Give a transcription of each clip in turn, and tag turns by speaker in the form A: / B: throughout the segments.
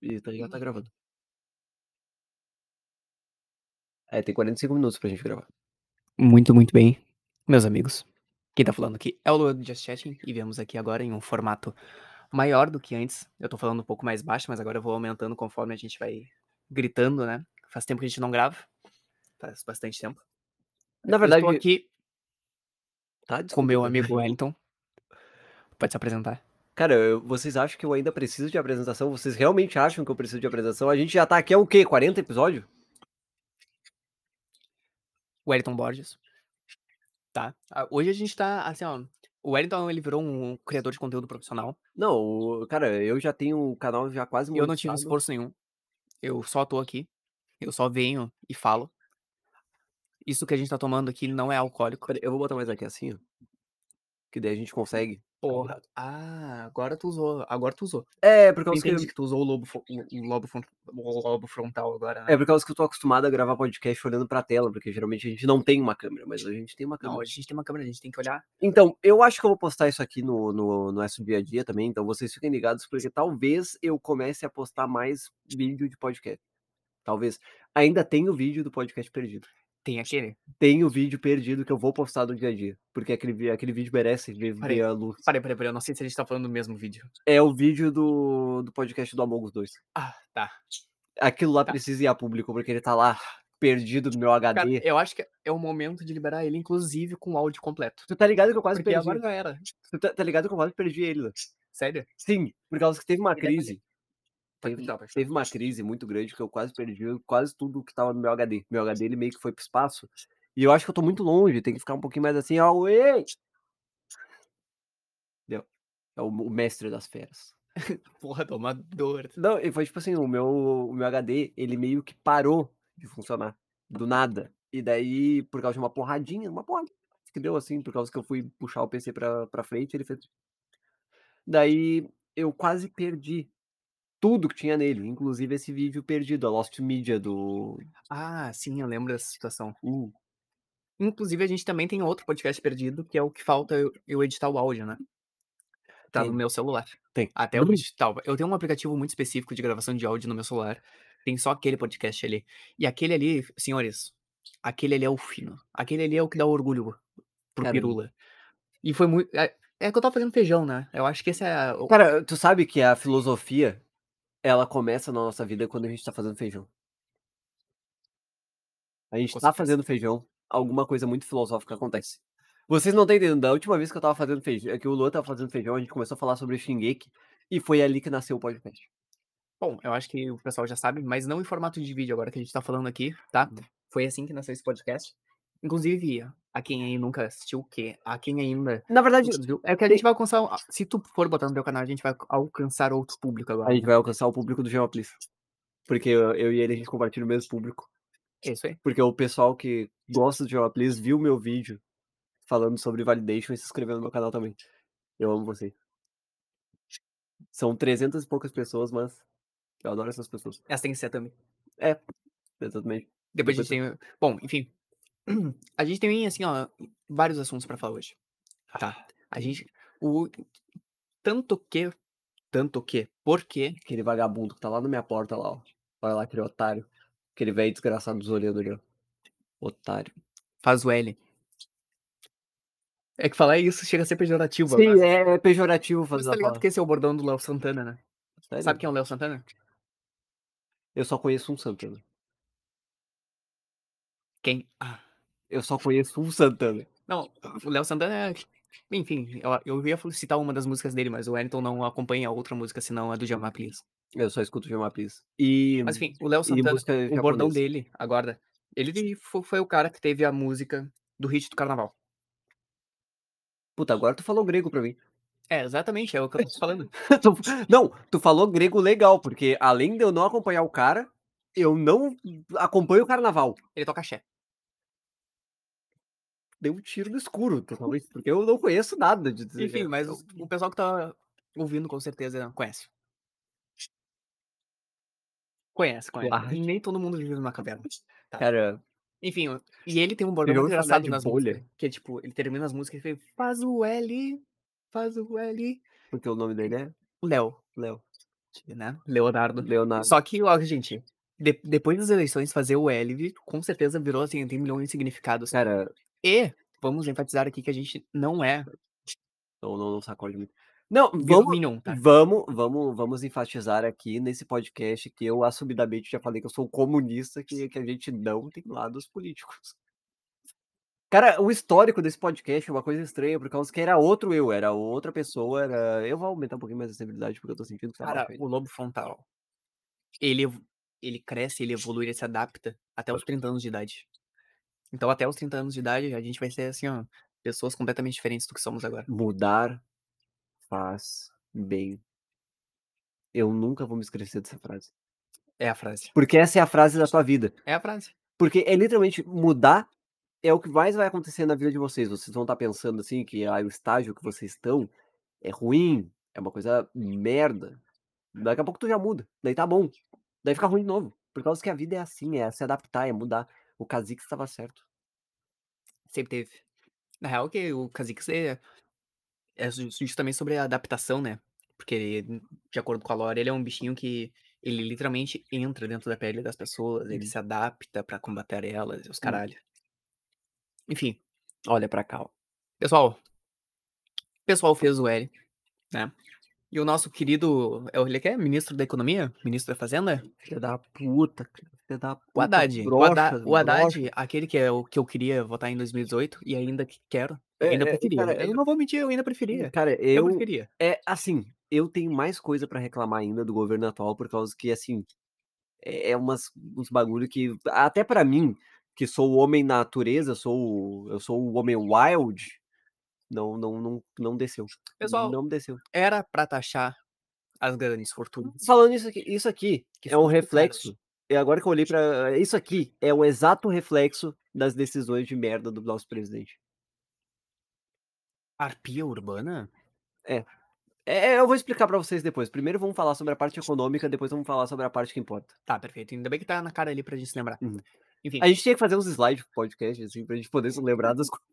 A: E tá ligado? Tá
B: Uhum.
A: gravando. É, tem 45 minutos pra gente gravar.
B: Muito, muito bem, meus amigos. Quem tá falando aqui é o Luan do Just Chatting e viemos aqui agora em um formato maior do que antes. Eu tô falando um pouco mais baixo, mas agora eu vou aumentando conforme a gente vai gritando, né? Faz tempo que a gente não grava, faz bastante tempo.
A: Na
B: Eu estou
A: verdade
B: aqui
A: Tá,
B: com
A: desculpa.
B: meu amigo Wellington. Pode se apresentar.
A: Cara, eu vocês acham que eu ainda preciso de apresentação? Vocês realmente acham que eu preciso de apresentação? A gente já tá aqui há o quê? 40 episódio?
B: Wellington Borges, tá? Ah, hoje a gente tá, assim, ó, o Wellington, ele virou um criador de conteúdo profissional.
A: Não, o cara, eu já tenho o canal já quase
B: Eu não tive
A: monetizado.
B: esforço nenhum. Eu só tô aqui. Eu só venho e falo. Isso que a gente tá tomando aqui não é alcoólico.
A: Espera aí, eu vou botar mais aqui assim, ó, que daí a gente consegue.
B: Porra. Então, Ah, agora tu usou. Agora tu usou.
A: É, por
B: Eu
A: causa que
B: entendi que tu usou o lobo, fro- o o lobo, fron- o lobo frontal agora, né?
A: É por causa que eu tô acostumado a gravar podcast olhando pra tela, porque geralmente a gente não tem uma câmera, mas a gente tem uma
B: Não,
A: câmera.
B: a gente tem uma câmera, a gente tem que olhar.
A: Então, eu acho que eu vou postar isso aqui no, no, no Dia a Dia também, então vocês fiquem ligados, porque talvez eu comece a postar mais vídeo de podcast. Talvez. Ainda tem o vídeo do podcast perdido.
B: Tem aquele.
A: Tem o vídeo perdido que eu vou postar no dia a dia. Porque aquele, vi- aquele vídeo merece ver,
B: Parei,
A: ver a luz.
B: parei, parei, parei. Eu não sei se a gente tá falando do mesmo vídeo.
A: É o vídeo do, do podcast do Among Us 2.
B: Ah, tá.
A: Aquilo lá
B: tá.
A: precisa ir a público, porque ele tá lá perdido no meu
B: Cara,
A: HD.
B: eu acho que é o momento de liberar ele, inclusive com o áudio completo.
A: Tu tá ligado que eu quase
B: Porque agora
A: perdi.
B: já era.
A: Tu tá, tá ligado que eu quase perdi ele, né?
B: Sério?
A: Sim, por causa que teve uma
B: E detalhe.
A: crise.
B: Pode
A: Teve,
B: continuar, pode
A: teve
B: continuar.
A: uma crise muito grande que eu quase perdi quase tudo que tava no meu HD. Meu HD ele meio que foi pro espaço. E eu acho que eu tô muito longe, tem que ficar um pouquinho mais assim, ó, ei! Entendeu? É o, o mestre das feras.
B: Porra, domador.
A: Não, e foi tipo assim, o meu, o meu HD, ele meio que parou de funcionar. Do nada. E daí, por causa de uma porradinha, uma porradinha que deu assim, por causa que eu fui puxar o PC pra, pra frente, ele fez. Daí eu quase perdi tudo que tinha nele, inclusive esse vídeo perdido, a Lost Media do.
B: Ah, sim, eu lembro dessa situação.
A: Uh,
B: Inclusive, a gente também tem outro podcast perdido, que é o que falta eu, eu editar o áudio, né? Tá no
A: tem,
B: meu celular.
A: tem.
B: Até eu
A: Brum.
B: digital. Eu tenho um aplicativo muito específico de gravação de áudio no meu celular. Tem só aquele podcast ali. E aquele ali, senhores, aquele ali é o fino. Aquele ali é o que dá orgulho pro
A: Caramba.
B: Pirula. E foi muito. É, é que eu tava fazendo feijão, né? Eu acho que esse é. a- o-
A: Cara, tu sabe que a filosofia, ela começa na nossa vida quando a gente tá fazendo feijão. A gente
B: Com
A: tá
B: certeza.
A: fazendo feijão, alguma coisa muito filosófica acontece. Vocês não estão entendendo, da última vez que eu tava fazendo feijão, que o Luan tava fazendo feijão, a gente começou a falar sobre Shingeki, e foi ali que nasceu o podcast.
B: Bom, eu acho que o pessoal já sabe, mas não em formato de vídeo agora que a gente tá falando aqui, tá?
A: Uhum.
B: Foi assim que nasceu esse podcast. Inclusive, a quem aí nunca assistiu o quê? A quem ainda
A: Na verdade,
B: nunca viu. É que a gente
A: tem-
B: vai alcançar. um- Se tu for botar no teu canal, a gente vai alcançar outro público
A: a
B: agora,
A: gente
B: né?
A: vai alcançar o público do Geoplis, porque eu, eu e ele, a gente compartilha o mesmo público.
B: É isso aí.
A: Porque o pessoal que gosta do Geoplis viu meu vídeo falando sobre validation e se inscreveu no meu canal também. Eu amo vocês. São 300 e poucas pessoas, mas eu adoro essas pessoas.
B: Essa tem assim que ser também.
A: É, exatamente.
B: Depois a
A: Depois
B: gente
A: eu...
B: tem. Bom, enfim. A gente tem, assim, ó, vários assuntos pra falar hoje, tá? A gente. O... Tanto que. Tanto que. Porque.
A: Aquele vagabundo que tá lá na minha porta lá, ó. Olha lá, aquele otário. Aquele velho desgraçado dos olhando ali, ó. Otário.
B: Faz o L. É que falar isso chega a ser pejorativo
A: Sim,
B: agora.
A: é, é pejorativo
B: Mas
A: fazer
B: tá
A: a
B: ligado
A: palavra.
B: que esse é o bordão do Léo Santana, né? Sabe
A: Sério?
B: quem é o Léo Santana?
A: Eu só conheço um Santana.
B: Quem? Ah.
A: Eu só conheço um Santana.
B: Não, o Léo Santana é. Enfim, eu, eu ia citar uma das músicas dele, mas o Wellington não acompanha outra música senão a do Jamar Please.
A: Eu só escuto Gemapis. E,
B: Mas enfim, o Léo
A: e
B: Santana,
A: música
B: o bordão
A: japonesa.
B: dele, agora, ele fo- foi o cara que teve a música do hit do carnaval.
A: Puta, agora tu falou grego pra mim.
B: É, exatamente, é o que eu tô falando.
A: Tu- Não, tu falou grego legal, porque além de eu não acompanhar o cara, eu não acompanho o carnaval.
B: Ele toca axé.
A: Dei um tiro no escuro, totalmente, porque eu não conheço nada de. de-
B: Enfim,
A: é,
B: mas
A: eu-
B: os- o pessoal que tá ouvindo com certeza conhece. Conhece, conhece.
A: Claro.
B: Nem todo mundo vive numa caverna. Tá.
A: Cara,
B: Enfim, o- e ele tem um bordão
A: já
B: muito
A: ouviu falar
B: engraçado
A: de
B: nas músicas,
A: bolha?
B: que é tipo, ele termina as músicas e ele faz o L, faz o L.
A: Porque o nome dele é
B: O Léo,
A: Léo.
B: né? Leonardo.
A: Leonardo.
B: Só que, ó, gente, de- depois das eleições, fazer o ELV com certeza virou assim, tem milhões de significados.
A: Cara,
B: E vamos enfatizar aqui que a gente não é
A: não, não, não sacode muito. Não,
B: virou
A: vamos,
B: Minion, tá?
A: vamos, vamos, vamos enfatizar aqui nesse podcast que eu assumidamente já falei que eu sou um comunista, que, que a gente não tem lados políticos. Cara, o histórico desse podcast é uma coisa estranha, por causa que era outro eu, era outra pessoa, era. Eu vou aumentar um pouquinho mais a sensibilidade, porque eu tô sentindo que tá
B: Cara,
A: baixo ainda.
B: o lobo frontal, ele, evo- ele cresce, ele evolui, ele se adapta até os 30 anos de idade. Então, até os 30 anos de idade, a gente vai ser assim, ó, pessoas completamente diferentes do que somos agora.
A: Mudar faz bem. Eu nunca vou me esquecer dessa frase.
B: É a frase.
A: Porque essa é a frase da sua vida.
B: É a frase.
A: Porque é literalmente mudar é o que mais vai acontecer na vida de vocês. Vocês vão estar pensando assim que ah, o estágio que vocês estão é ruim, é uma coisa merda. Daqui a pouco tu já muda, daí tá bom. Daí fica ruim de novo. Por causa que a vida é assim, é se adaptar, é mudar. O Kha'Zix estava certo.
B: Sempre teve. Na real, que o Kha'Zix é, é ju- justamente sobre a adaptação, né? Porque, ele, de acordo com a lore, ele é um bichinho que ele literalmente entra dentro da pele das pessoas, ele
A: Uhum. Hum.
B: se adapta pra combater elas e os caralho. Enfim, olha pra cá. ó. Pessoal, o pessoal fez o L, né? E o nosso querido, é o- ele que é ministro da Economia? Ministro da Fazenda?
A: Filha da puta, cara. Filha da puta.
B: O Haddad. o,
A: broxa,
B: Haddad o Haddad,
A: broxa.
B: aquele que, é o, que eu queria votar em 2018 e ainda que quero.
A: É,
B: ainda
A: é,
B: preferia.
A: cara,
B: eu não vou mentir, eu ainda preferia.
A: Cara,
B: Eu,
A: eu.
B: preferia.
A: É assim, eu tenho mais coisa pra reclamar ainda do governo atual, por causa que, assim, é, é umas, uns bagulho que, até pra mim, que sou o homem natureza, sou, o- eu sou o homem wild, não, não, não, não desceu.
B: Pessoal,
A: não desceu.
B: era pra taxar as grandes fortunas.
A: Falando isso aqui, isso aqui
B: hum. que
A: é um
B: são muito
A: reflexo. É agora que eu olhei pra. Isso aqui é o exato reflexo das decisões de merda do nosso presidente.
B: caras. Arpia urbana?
A: É, eu vou explicar pra vocês depois. Primeiro vamos falar sobre a parte econômica, depois vamos falar sobre a parte que importa.
B: Tá, perfeito. Ainda bem que tá na cara ali pra gente se lembrar.
A: Uhum.
B: Enfim,
A: A gente tinha que fazer uns slides pro podcast, assim, pra gente poder se lembrar das coisas.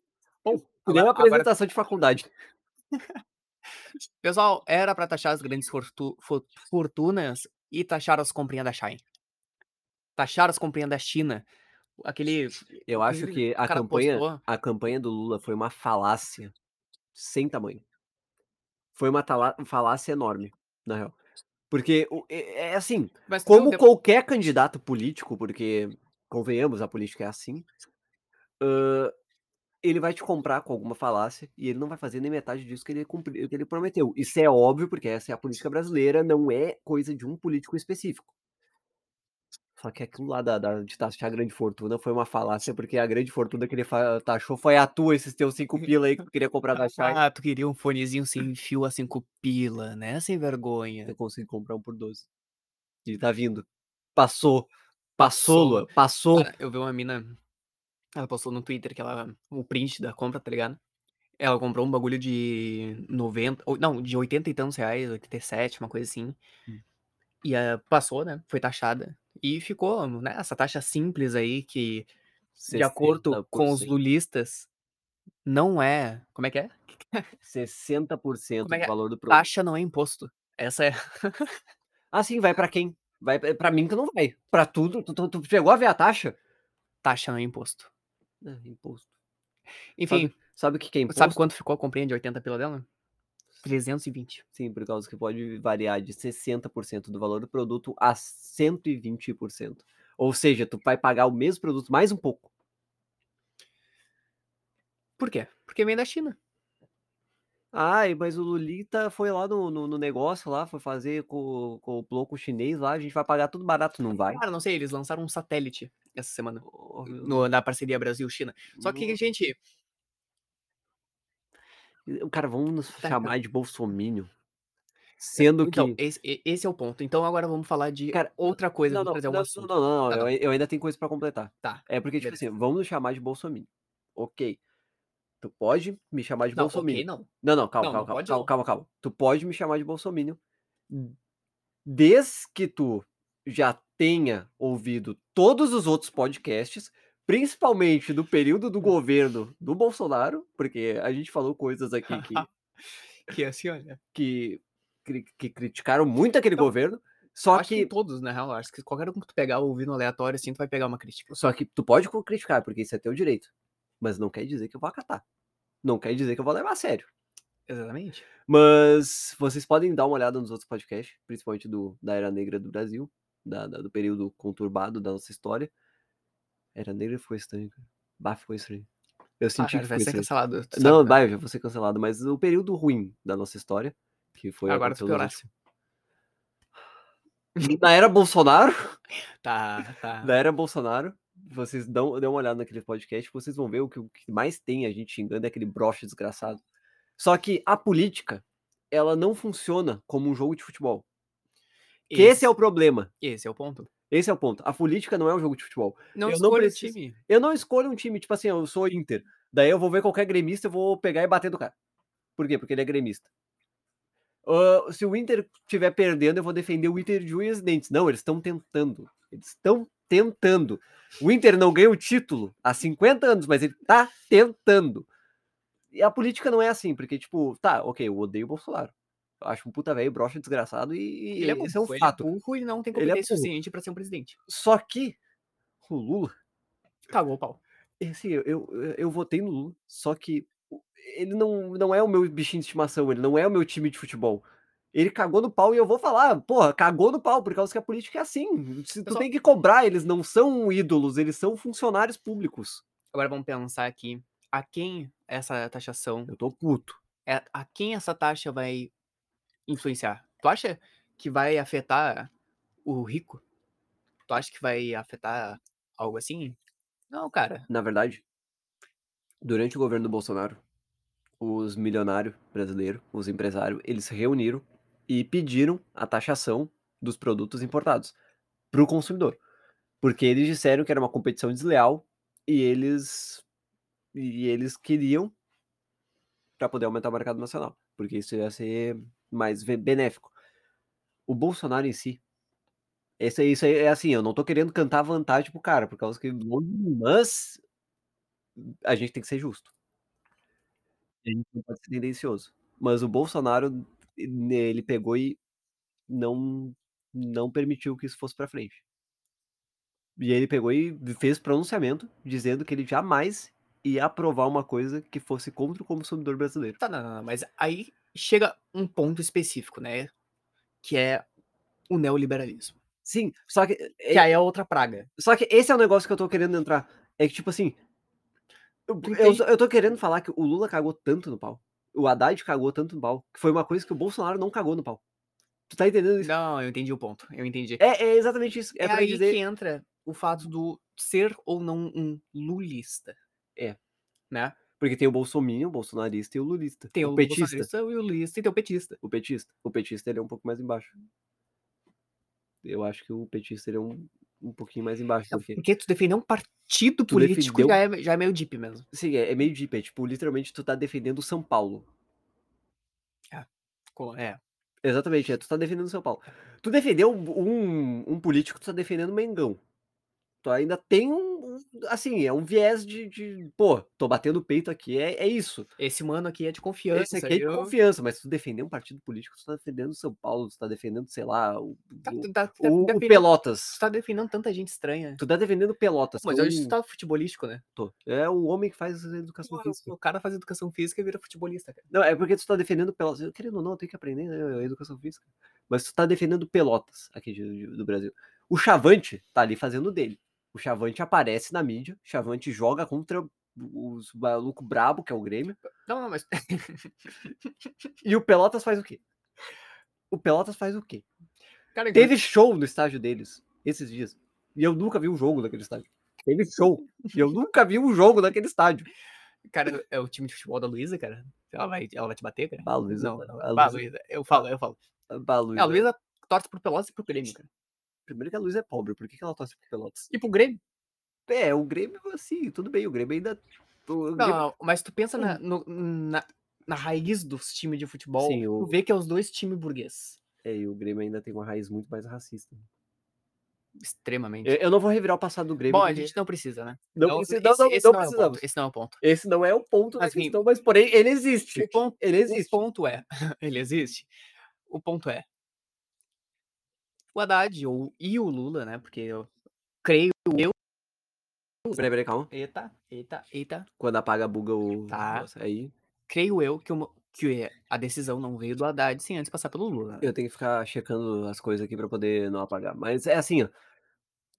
A: Bom,
B: agora-
A: uma
B: agora-
A: apresentação de faculdade.
B: pessoal, era pra taxar as grandes fortu- fo- fortunas e taxar as comprinhas da Shine. Taxar as comprinhas da China. Aquele.
A: Eu acho
B: inclusive,
A: que
B: o
A: a
B: cara
A: campanha,
B: postou-
A: a campanha do Lula foi uma falácia sem tamanho. Foi uma tala- falácia enorme, na real. Porque o- é é assim,
B: Mas tu viu
A: como
B: de-
A: qualquer candidato político, porque convenhamos, a política é assim, ãh, ele vai te comprar com alguma falácia e ele não vai fazer nem metade disso que ele, cumpri- que ele prometeu. Isso é óbvio, porque essa é a política brasileira, não é coisa de um político específico. Só que aquilo lá da, da- de taxar a grande fortuna foi uma falácia, porque a grande fortuna que ele fa- taxou foi a tua, esses teus cinco pila aí que tu queria comprar da Shine.
B: Ah, tu queria um fonezinho sem fio a cinco pila, né? Sem vergonha.
A: Eu consigo comprar um por 12. E tá vindo. Passou. Passou, Lua. Passou.
B: Cara, eu vi uma mina. Ela postou no Twitter que ela. O print da compra, tá ligado? Ela comprou um bagulho de 90. ou- Não, de 80 e tantos reais, 87, uma coisa assim.
A: Hum.
B: E eh, passou, né? Foi taxada. E ficou, né? Essa taxa simples aí que, de acordo com os
A: 60%.
B: lulistas, não é. Como é que é?
A: 60%
B: Como é que
A: do
B: é?
A: valor do produto.
B: Taxa não é imposto. Essa é.
A: Assim, vai pra quem? Vai pra pra mim que não vai. Pra tudo. Tu, tu, tu chegou a ver a taxa?
B: Taxa não é imposto.
A: É, imposto.
B: Enfim,
A: Sabe o que que é imposto?
B: sabe quanto ficou a comprinha de 80 pila dela? 320.
A: Sim, por causa que pode variar de 60% do valor do produto a 120%. Ou seja, tu vai pagar o mesmo produto mais um pouco.
B: Por quê? Porque vem da China.
A: Ai, mas o Lulita foi lá no, no, no negócio lá, foi fazer com, com o bloco chinês lá, a gente vai pagar tudo barato, não vai?
B: Cara, não sei, eles lançaram um satélite essa semana.
A: Ô, meu
B: No, na parceria Brasil-China. Só que,
A: Nossa.
B: gente,
A: Deus. Cara, vamos nos
B: tá.
A: chamar de bolsominion. Sendo
B: então,
A: que.
B: esse, e- esse é o ponto. Então agora vamos falar de
A: Cara,
B: outra coisa,
A: Não,
B: vamos
A: não,
B: trazer um
A: não, não,
B: assunto.
A: não, não,
B: Tá,
A: eu, ai- eu ainda tenho coisa pra completar.
B: Tá,
A: É porque, tipo
B: beleza.
A: assim, vamos nos chamar de bolsominion. Ok. Tu pode me chamar de
B: Não,
A: bolsominion.
B: ok, não.
A: Não, não, calma, calma,
B: Não, não
A: calma,
B: pode
A: calma,
B: não.
A: calma, calma. Tu pode me chamar de bolsominion desde que tu já tenha ouvido todos os outros podcasts, principalmente do período do governo do Bolsonaro, porque a gente falou coisas aqui que,
B: Que assim, olha.
A: que cri- que criticaram muito aquele
B: Não,
A: governo.
B: Então, Eu
A: Só
B: acho que
A: que,
B: em todos, na real. eu Acho que qualquer um que tu pegar ouvindo aleatório, assim, tu vai pegar uma crítica.
A: só que tu pode co- criticar, porque isso é teu direito. Mas não quer dizer que eu vou acatar. Não quer dizer que eu vou levar a sério.
B: Exatamente. Ah,
A: Mas vocês podem dar uma olhada nos outros podcasts, principalmente do, da Era Negra do Brasil, da- da- do período conturbado da nossa história. Era Negra ficou estranho, cara. Bah, ficou estranho. Eu
B: Ah,
A: senti
B: cara,
A: que
B: vai
A: ficou
B: ser
A: estranho.
B: cancelado. tu
A: Não,
B: sabe,
A: vai, eu já vou ser cancelado, mas o período ruim da nossa história, que foi a
B: né? Agora tu
A: conservadoria- Na era Bolsonaro,
B: Tá, tá.
A: da era Bolsonaro, vocês dão, dão uma olhada naquele podcast, vocês vão ver o que, o que mais tem a gente xingando é aquele broche desgraçado. Só que a política, ela não funciona como um jogo de futebol. Que esse é o problema.
B: esse é o ponto.
A: Esse é o ponto. A política não é um jogo de futebol.
B: Não
A: Eu não
B: escolha o
A: preciso-
B: time.
A: Eu não escolho um time, tipo assim, eu sou Inter. Daí eu vou ver qualquer gremista, eu vou pegar e bater do cara. Por quê? Porque ele é gremista. Ah, se o Inter estiver perdendo, eu vou defender o Inter de unhas e dentes. Não, eles estão tentando. Eles estão tentando. O Inter não ganha o título há 50 anos, mas ele tá tentando. E a política não é assim, porque, tipo, tá, ok, eu odeio o Bolsonaro. Eu acho um puta velho, broxa desgraçado, e, e esse é um
B: burro, ele
A: fato.
B: burro e não tem
A: Ele é
B: competência
A: burro.
B: suficiente pra ser um presidente.
A: Só que o Lula
B: Cagou o pau.
A: assim, eu, eu, eu votei no Lula, só que o- ele não, não é o meu bichinho de estimação, ele não é o meu time de futebol. Ele cagou no pau e eu vou falar, porra, cagou no pau, por causa que a política é assim. Se tu
B: Pessoal-
A: tem que cobrar, eles não são ídolos, eles são funcionários públicos.
B: Agora vamos pensar aqui a quem essa taxação,
A: Eu tô puto.
B: é- a quem essa taxa vai influenciar. Tu acha que vai afetar o rico? Tu acha que vai afetar algo assim? Não, cara.
A: É, Na verdade, durante o governo do Bolsonaro, os milionários brasileiros, os empresários, eles se reuniram e pediram a taxação dos produtos importados para o consumidor. Porque eles disseram que era uma competição desleal e eles e eles queriam para poder aumentar o mercado nacional, porque isso ia ser mais ve- benéfico. O Bolsonaro em si, esse, isso aí é assim, eu não tô querendo cantar vantagem pro cara, por causa que longe de mim, mas a gente tem que ser justo. A gente não pode ser tendencioso. Mas o Bolsonaro, ele ele pegou e não, não permitiu que isso fosse para frente. E ele pegou e fez pronunciamento dizendo que ele jamais ia aprovar uma coisa que fosse contra o consumidor brasileiro.
B: Tá, não, não, não, mas aí chega um ponto específico, né? Que é o neoliberalismo.
A: Sim, só que,
B: Que aí é outra praga.
A: só que esse é o negócio que eu tô querendo entrar. É que, tipo assim, eu,
B: Tu
A: eu
B: entende?
A: tô- eu tô querendo falar que o Lula cagou tanto no pau. O Haddad cagou tanto no pau. Que foi uma coisa que o Bolsonaro não cagou no pau. Tu tá entendendo isso?
B: Não, eu entendi o ponto. Eu entendi.
A: É, é exatamente isso. É,
B: É,
A: pra
B: aí
A: dizer.
B: que entra o fato do ser ou não um lulista.
A: É.
B: Né?
A: Porque tem o bolsominho, o bolsonarista e o lulista.
B: Tem
A: o,
B: o,
A: petista.
B: bolsonarista e o lulista e tem o petista.
A: O petista. O petista ele é um pouco mais embaixo. Eu acho que o petista ele é um, um pouquinho mais embaixo. Porque,
B: Porque tu defender um partido
A: Tu
B: político
A: defendeu-
B: já, é, já é meio deep mesmo.
A: sim, é, é meio deep. É tipo, literalmente tu tá defendendo São Paulo.
B: Co- É.
A: Exatamente, é, tu tá defendendo São Paulo. Tu defendeu um, um político, tu tá defendendo Mengão. Tu ainda tem um. um- Assim, é um viés de. de, pô, tô batendo o peito aqui. É, é isso.
B: Esse mano aqui é de confiança.
A: Esse aqui é de
B: eu-
A: confiança, mas tu defender um partido político, tu tá defendendo São Paulo, tu tá defendendo, sei lá, o,
B: Tá-
A: o-
B: tá- tá
A: o- o
B: defendendo-
A: Pelotas.
B: Tu tá defendendo tanta gente estranha.
A: Tu tá defendendo Pelotas.
B: Mas
A: que é
B: hoje
A: um-
B: tu tá futebolístico, né?
A: Tô. É o homem que faz educação
B: Pô,
A: física.
B: O cara faz educação física e vira futebolista, cara.
A: Não, é porque tu tá defendendo Pelotas. Eu, Querendo ou não, eu tenho que aprender né, a educação física. Mas tu tá defendendo Pelotas aqui de- de- do Brasil. O Chavante tá ali fazendo o dele. O Chavante aparece na mídia. O Chavante joga contra os maluco brabo, que é o Grêmio.
B: Não, não, mas.
A: E o Pelotas faz o quê? O Pelotas faz o quê?
B: Cara,
A: Teve show no estádio deles esses dias. E eu nunca vi um jogo daquele estádio. Teve show. E eu nunca vi um jogo daquele estádio.
B: Cara, é o time de futebol da Luísa, cara. Ela vai, ela vai te bater, cara?
A: Bah, Luísa-
B: não, não,
A: a
B: bah,
A: Luísa-
B: Luísa, Eu falo, eu falo.
A: Bah,
B: É, a
A: Luísa.
B: Luísa torce pro Pelotas e pro Grêmio, cara.
A: Primeiro que a Luísa é pobre, por que que ela torce pro Pelotas?
B: E pro Grêmio.
A: É, o Grêmio, assim, tudo bem, o Grêmio ainda. O
B: Não,
A: Grêmio-
B: não, mas tu pensa na, no- na, na raiz dos times de futebol,
A: Sim, o-
B: tu vê que é os dois times burguês.
A: É, e o Grêmio ainda tem uma raiz muito mais racista.
B: Extremamente.
A: Eu, eu não vou revirar o passado do Grêmio.
B: É, Bom, a
A: porque
B: gente não precisa, né?
A: não,
B: esse,
A: precisa- não, não,
B: esse
A: não
B: não é o
A: precisamos.
B: ponto. Esse não é o ponto.
A: Esse não é o ponto da
B: Mas, enfim,
A: questão, mas porém ele existe.
B: O ponto,
A: Ele
B: o
A: existe.
B: ponto é, ele existe. o ponto é, o Haddad ou, e o Lula, né? Porque eu creio eu.
A: Peraí, peraí, calma.
B: Eita, eita, eita.
A: Quando apaga, buga o.
B: Tá.
A: negócio. Aí.
B: Creio eu que, uma, que a decisão não veio do Haddad sem antes passar pelo Lula. né?
A: Eu tenho que ficar checando as coisas aqui pra poder não apagar. Mas é assim, ó.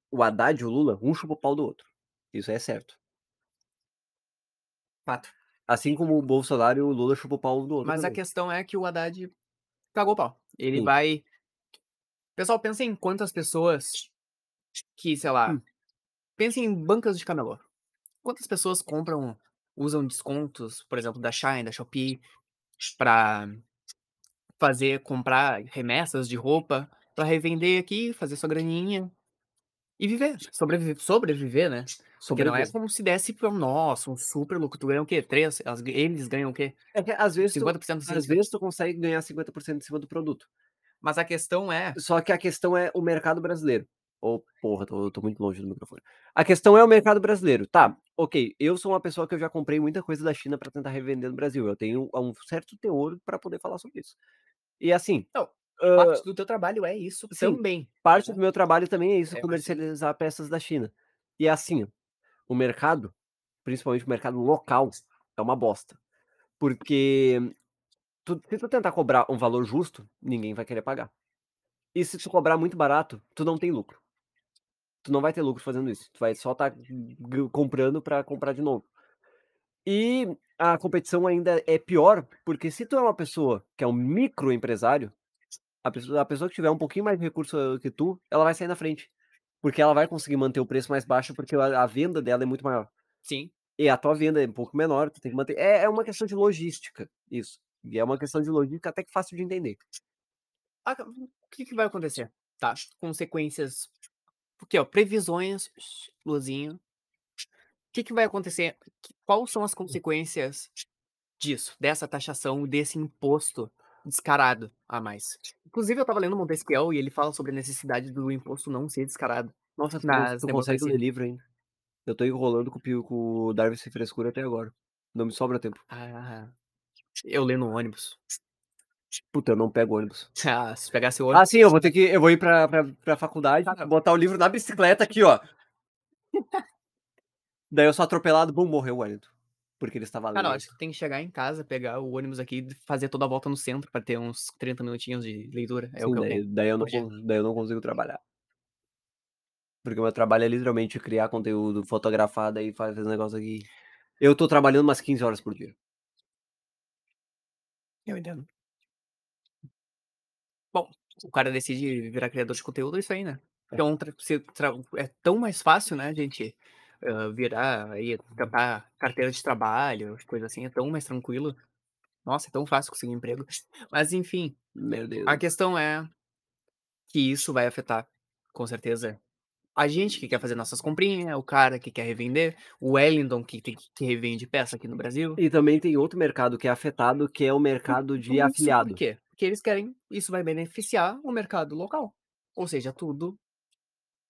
A: O Haddad e o Lula, um chupa o pau do outro. Isso é certo.
B: Fato.
A: Assim como o Bolsonaro e o Lula chupam o pau um do outro.
B: Mas a
A: também.
B: questão é que o Haddad cagou o pau. Ele
A: Sim.
B: vai. O pessoal pensa em quantas pessoas que, sei lá,
A: Hum.
B: pensem em bancas de camelô. Quantas pessoas compram, usam descontos, por exemplo, da Shine, da Shopee, pra fazer, comprar remessas de roupa, pra revender aqui, fazer sua graninha e viver, sobreviver, sobreviver, né? Porque não é
A: Sobreviver.
B: como se desse pra um, nossa, um super lucro. Tu ganha o quê? Três? Elas- Eles ganham o quê?
A: É que às vezes, tu,
B: 50% do
A: às vezes tu consegue ganhar 50% em cima do produto.
B: Mas a questão é.
A: Só que a questão é o mercado brasileiro. Ô, porra, tô, tô muito longe do microfone. A questão é o mercado brasileiro. Tá, ok. Eu sou uma pessoa que eu já comprei muita coisa da China pra tentar revender no Brasil. Eu tenho um certo teor pra poder falar sobre isso. E assim.
B: Não,
A: ah,
B: Parte do teu trabalho é isso
A: sim,
B: também.
A: parte
B: né?
A: do meu trabalho também é isso,
B: É, eu percebo.
A: comercializar peças da China. E assim, o mercado, principalmente o mercado local, é uma bosta. Porque tu- se tu tentar cobrar um valor justo, ninguém vai querer pagar. E se tu cobrar muito barato, tu não tem lucro. Tu não vai ter lucro fazendo isso. Tu vai só estar comprando para comprar de novo. E a competição ainda é pior, porque se tu é uma pessoa que é um microempresário, a pessoa, a pessoa que tiver um pouquinho mais de recurso eh, que tu, ela vai sair na frente. Porque ela vai conseguir manter o preço mais baixo, porque a, a venda dela é muito maior.
B: Sim.
A: E a tua venda é um pouco menor, tu tem que manter. É, é uma questão de logística, isso. E é uma questão de logística até que fácil de entender.
B: Ah, O que, que vai acontecer? Tá. Consequências. Porque, ó, previsões, luzinho. O que, que vai acontecer? Que- Quais são as consequências disso? Dessa taxação, desse imposto descarado a mais? Inclusive, eu tava lendo Montesquieu e ele fala sobre a necessidade do imposto não ser descarado.
A: Nossa, tu, cons-
B: Nas
A: tu consegue
B: democracias.
A: ler livro ainda. Eu tô enrolando com o Pio- com o Darwin sem frescura até agora. Não me sobra tempo.
B: Ah, eu leio no ônibus.
A: Puta, eu não pego ônibus.
B: Ah, se pegasse o
A: Ah,
B: ônibus.
A: sim, eu vou ter que. Eu vou ir pra, pra, pra faculdade,
B: Tá, tá.
A: botar o livro na bicicleta aqui, ó. Daí eu sou atropelado, bum, morreu o Wellington. Porque ele estava
B: Cara, eu
A: lendo.
B: Ah, acho que tem que chegar em casa, pegar o ônibus aqui e fazer toda a volta no centro pra ter uns 30 minutinhos de leitura. É o
A: Sim,
B: que eu
A: daí,
B: penso.
A: daí eu não,
B: hoje.
A: cons- daí eu não consigo trabalhar. Porque o meu trabalho é literalmente criar conteúdo, fotografar, daí fazer negócio aqui. Eu tô trabalhando umas 15 horas por dia.
B: Eu entendo. Bom, o cara decide virar criador de conteúdo, é isso aí, né? Então, tra- se tra- é tão mais fácil, né, gente? ah, virar aí, tentar carteira de trabalho, coisa assim, é tão mais tranquilo. Nossa, é tão fácil conseguir um emprego. Mas, enfim,
A: Meu
B: a
A: Deus.
B: questão é que isso vai afetar, com certeza, a gente que quer fazer nossas comprinhas, o cara que quer revender, o Wellington que, tem- que revende peça aqui no Brasil.
A: E também tem outro mercado que é afetado, que é o mercado de
B: Tudo isso por
A: afiliado.
B: quê? Porque eles querem, isso vai beneficiar o mercado local. Ou seja, tudo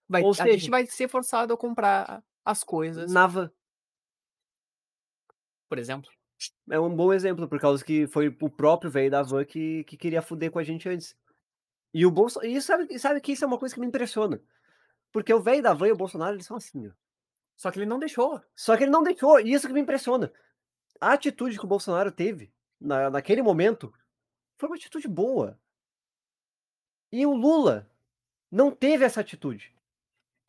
B: vai,
A: Ou
B: a
A: seja,
B: gente vai ser forçado a comprar as coisas,
A: Nava
B: por exemplo.
A: é um bom exemplo, por causa que foi o próprio velho da van que, que queria fuder com a gente antes. E o Bolsonaro. E sabe, e sabe que isso é uma coisa que me impressiona. Porque o velho da van e o Bolsonaro, eles são assim, ó.
B: Só que ele não deixou.
A: Só que ele não deixou, e isso que me impressiona. A atitude que o Bolsonaro teve na, naquele momento foi uma atitude boa. E o Lula não teve essa atitude.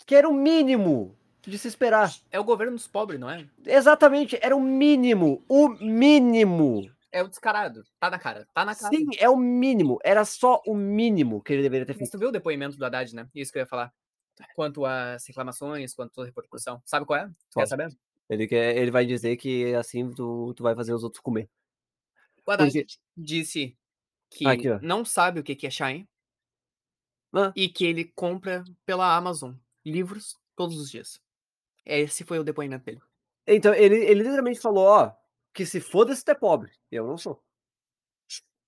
A: Que era o mínimo de se esperar.
B: É o governo dos pobres, não é?
A: Exatamente, era o mínimo. O mínimo.
B: É o descarado. Tá na cara. Tá na cara.
A: Sim, é o mínimo. Era só o mínimo que ele deveria ter
B: Mas
A: feito.
B: tu viu o depoimento do Haddad, né? Isso que eu ia falar. Quanto às reclamações, quanto à repercussão. Sabe qual é? Tu
A: Qual?
B: quer saber?
A: Ele, quer, ele vai dizer que assim tu, tu vai fazer os outros comer.
B: O Haddad
A: Porque.
B: disse que
A: Ah, Aqui, ó.
B: não sabe o que que é Shine
A: Ah,
B: e que ele compra pela Amazon livros todos os dias. Esse foi o depoimento dele.
A: Então, ele, ele literalmente falou, ó, que se foda se tu é pobre. Eu não sou.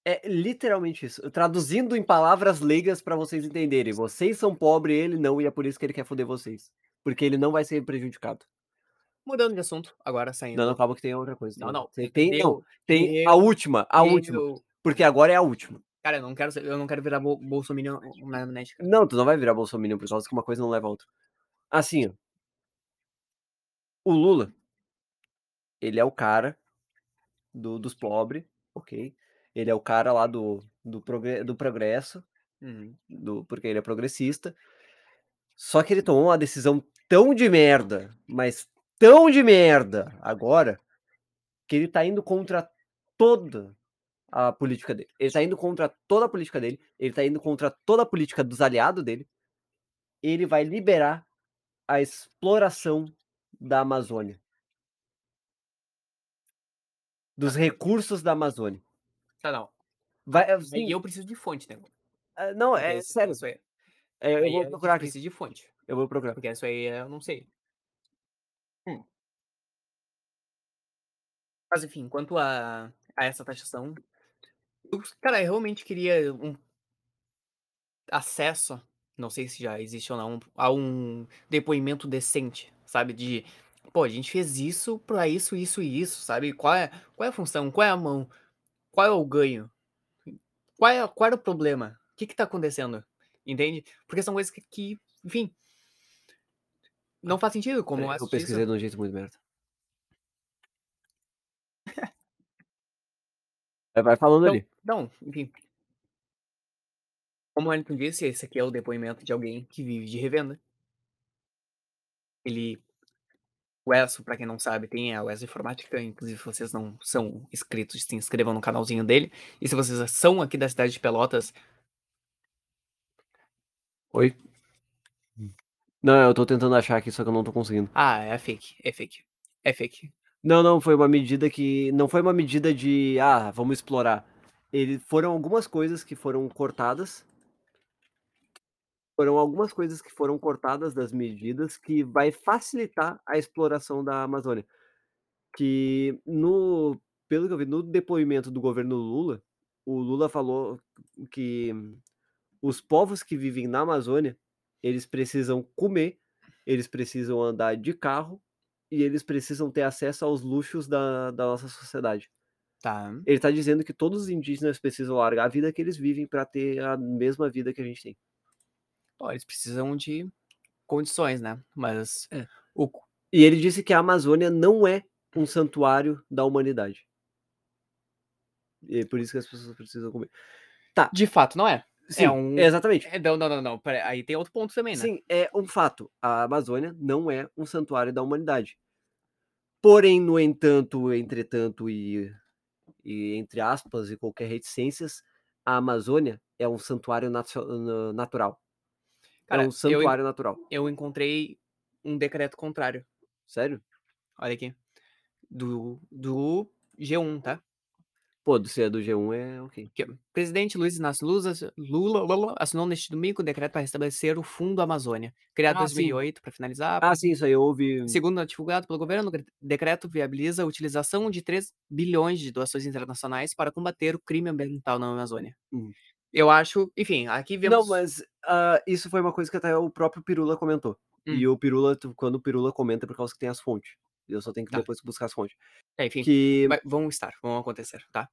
A: É literalmente isso. Traduzindo em palavras leigas pra vocês entenderem. Vocês são pobres, ele não, e é por isso que ele quer foder vocês. Porque ele não vai ser prejudicado.
B: Mudando de assunto, agora saindo.
A: Não, não, calma que tem outra coisa.
B: Não,
A: também.
B: não.
A: Tem, tem- não,
B: deu-
A: tem a
B: deu-
A: última, a última.
B: deu-
A: Porque agora é a última.
B: Cara, eu não quero, ser- eu não quero virar bol bolsominion na net, cara.
A: Não, tu não vai virar bolsominion por causa que uma coisa não leva a outra. Assim, ó. O Lula, ele é o cara do, dos pobres, ok? Ele é o cara lá do, do, progre- do progresso,
B: Uhum.
A: do- porque ele é progressista. Só que ele tomou uma decisão tão de merda, mas tão de merda agora, que ele tá indo contra toda a política dele. Ele tá indo contra toda a política dele, ele tá indo contra toda a política dos aliados dele. Ele vai liberar a exploração da Amazônia. Dos recursos da Amazônia.
B: Tá, não.
A: Vai,
B: Aí
A: assim,
B: eu preciso de fonte, né?
A: ah, não, é
B: Esse-
A: sério.
B: Isso aí.
A: é, eu
B: aí
A: vou
B: a gente
A: procurar aqui.
B: precisa de fonte.
A: Eu vou procurar.
B: Porque isso aí é, eu não sei. Hum. Mas enfim, quanto a, a essa taxação, eu- cara, eu realmente queria um acesso, não sei se já existe ou não, a um depoimento decente, sabe? De, pô, a gente fez isso pra isso, isso e isso, sabe? Qual é, qual é a função? Qual é a mão? Qual é o ganho? Qual, é, qual era o problema? O que que tá acontecendo? Entende? Porque são coisas que, que enfim, não faz sentido, como
A: Peraí,
B: a
A: eu
B: justiça-
A: pesquisei de um jeito muito merda. É, Vai falando
B: Então,
A: ali.
B: Não, enfim. Como o Wellington disse, esse aqui é o depoimento de alguém que vive de revenda. Ele. O ESO, pra quem não sabe, tem a ESO Informática. Inclusive, se vocês não são inscritos, se inscrevam no canalzinho dele. E se vocês são aqui da cidade de Pelotas,
A: Oi? Não, eu tô tentando achar aqui, só que eu não tô conseguindo.
B: ah, é fake, é fake, é fake.
A: Não, não, foi uma medida que. Não foi uma medida de. Ah, vamos explorar. Ele, foram algumas coisas que foram cortadas. Foram algumas coisas que foram cortadas das medidas que vai facilitar a exploração da Amazônia. Que no. Pelo que eu vi, no depoimento do governo Lula, o Lula falou que os povos que vivem na Amazônia, eles precisam comer, eles precisam andar de carro e eles precisam ter acesso aos luxos da, da nossa sociedade.
B: Tá.
A: Ele está dizendo que todos os indígenas precisam largar a vida que eles vivem para ter a mesma vida que a gente tem.
B: Ó, eles precisam de condições, né? Mas.
A: É.
B: O...
A: E ele disse que a Amazônia não é um santuário da humanidade. E é por isso que as pessoas precisam comer.
B: De fato, não é?
A: Sim,
B: um-
A: exatamente.
B: É, Não, não, não, não. pera, Aí tem outro ponto também, né?
A: Sim, é um fato. A Amazônia não é um santuário da humanidade. Porém, no entanto, entretanto e, e entre aspas e qualquer reticências, a Amazônia é um santuário natio- na- natural.
B: Cara,
A: é
B: eu
A: um santuário natural.
B: eu encontrei um decreto contrário.
A: Sério?
B: Olha aqui. Do, do G1, tá?
A: Pô, do ser do G1 é ok.
B: Aqui, ó. Presidente Luiz Inácio Lula, Lula, Lula assinou neste domingo o decreto para restabelecer o Fundo Amazônia, criado em
A: Ah, sim.
B: 2008 para finalizar.
A: Ah, sim, isso aí eu ouvi.
B: Segundo o divulgado pelo governo, o gre- decreto viabiliza a utilização de 3 bilhões de doações internacionais para combater o crime ambiental na Amazônia.
A: Hum.
B: Eu acho, enfim, aqui vemos.
A: Não, mas ah, isso foi uma coisa que até o próprio Pirula comentou.
B: Hum.
A: E o Pirula, tu- quando o Pirula comenta, é por causa que tem as fontes. Eu só tenho que
B: Tá.
A: depois buscar as fontes.
B: é, enfim,
A: Que
B: vai- vão estar, vão acontecer, tá?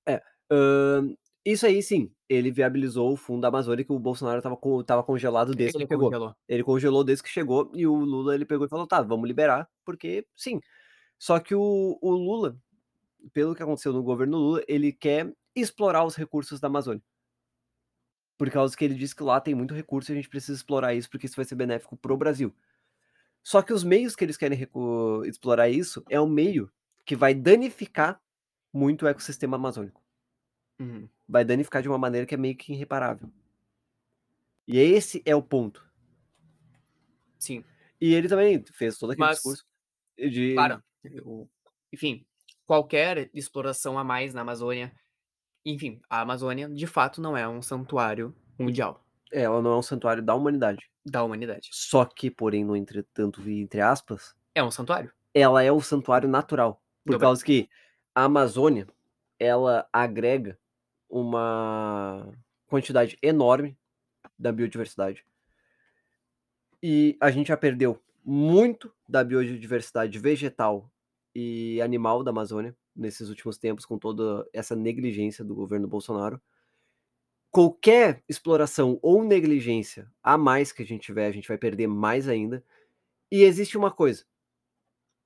A: Ahn, isso aí, sim. Ele viabilizou o fundo da Amazônia que o Bolsonaro tava, co- tava congelado desde
B: Ele
A: que chegou.
B: congelou.
A: Ele congelou desde que chegou e o Lula ele pegou e falou: tá, vamos liberar, porque sim. Só que o, o Lula, pelo que aconteceu no governo Lula, ele quer explorar os recursos da Amazônia. Por causa que ele diz que lá tem muito recurso e a gente precisa explorar isso porque isso vai ser benéfico pro Brasil. Só que os meios que eles querem recu- explorar isso é um meio que vai danificar muito o ecossistema amazônico
B: Uhum.
A: vai danificar de uma maneira que é meio que irreparável. E esse é o ponto.
B: Sim.
A: E ele também fez todo aquele
B: Mas,
A: discurso de.
B: Claro. o- enfim, qualquer exploração a mais na Amazônia. Enfim, a Amazônia de fato não é um santuário mundial
A: é, Ela não é um santuário da humanidade.
B: da humanidade.
A: Só que, porém, no entretanto, e entre aspas,
B: É um santuário.
A: ela é o santuário natural. Por
B: Do Brasil.
A: causa que a Amazônia, ela agrega uma quantidade enorme da biodiversidade. E a gente já perdeu muito da biodiversidade vegetal e animal da Amazônia nesses últimos tempos, com toda essa negligência do governo Bolsonaro. qualquer exploração ou negligência a mais que a gente tiver, a gente vai perder mais ainda. E existe uma coisa: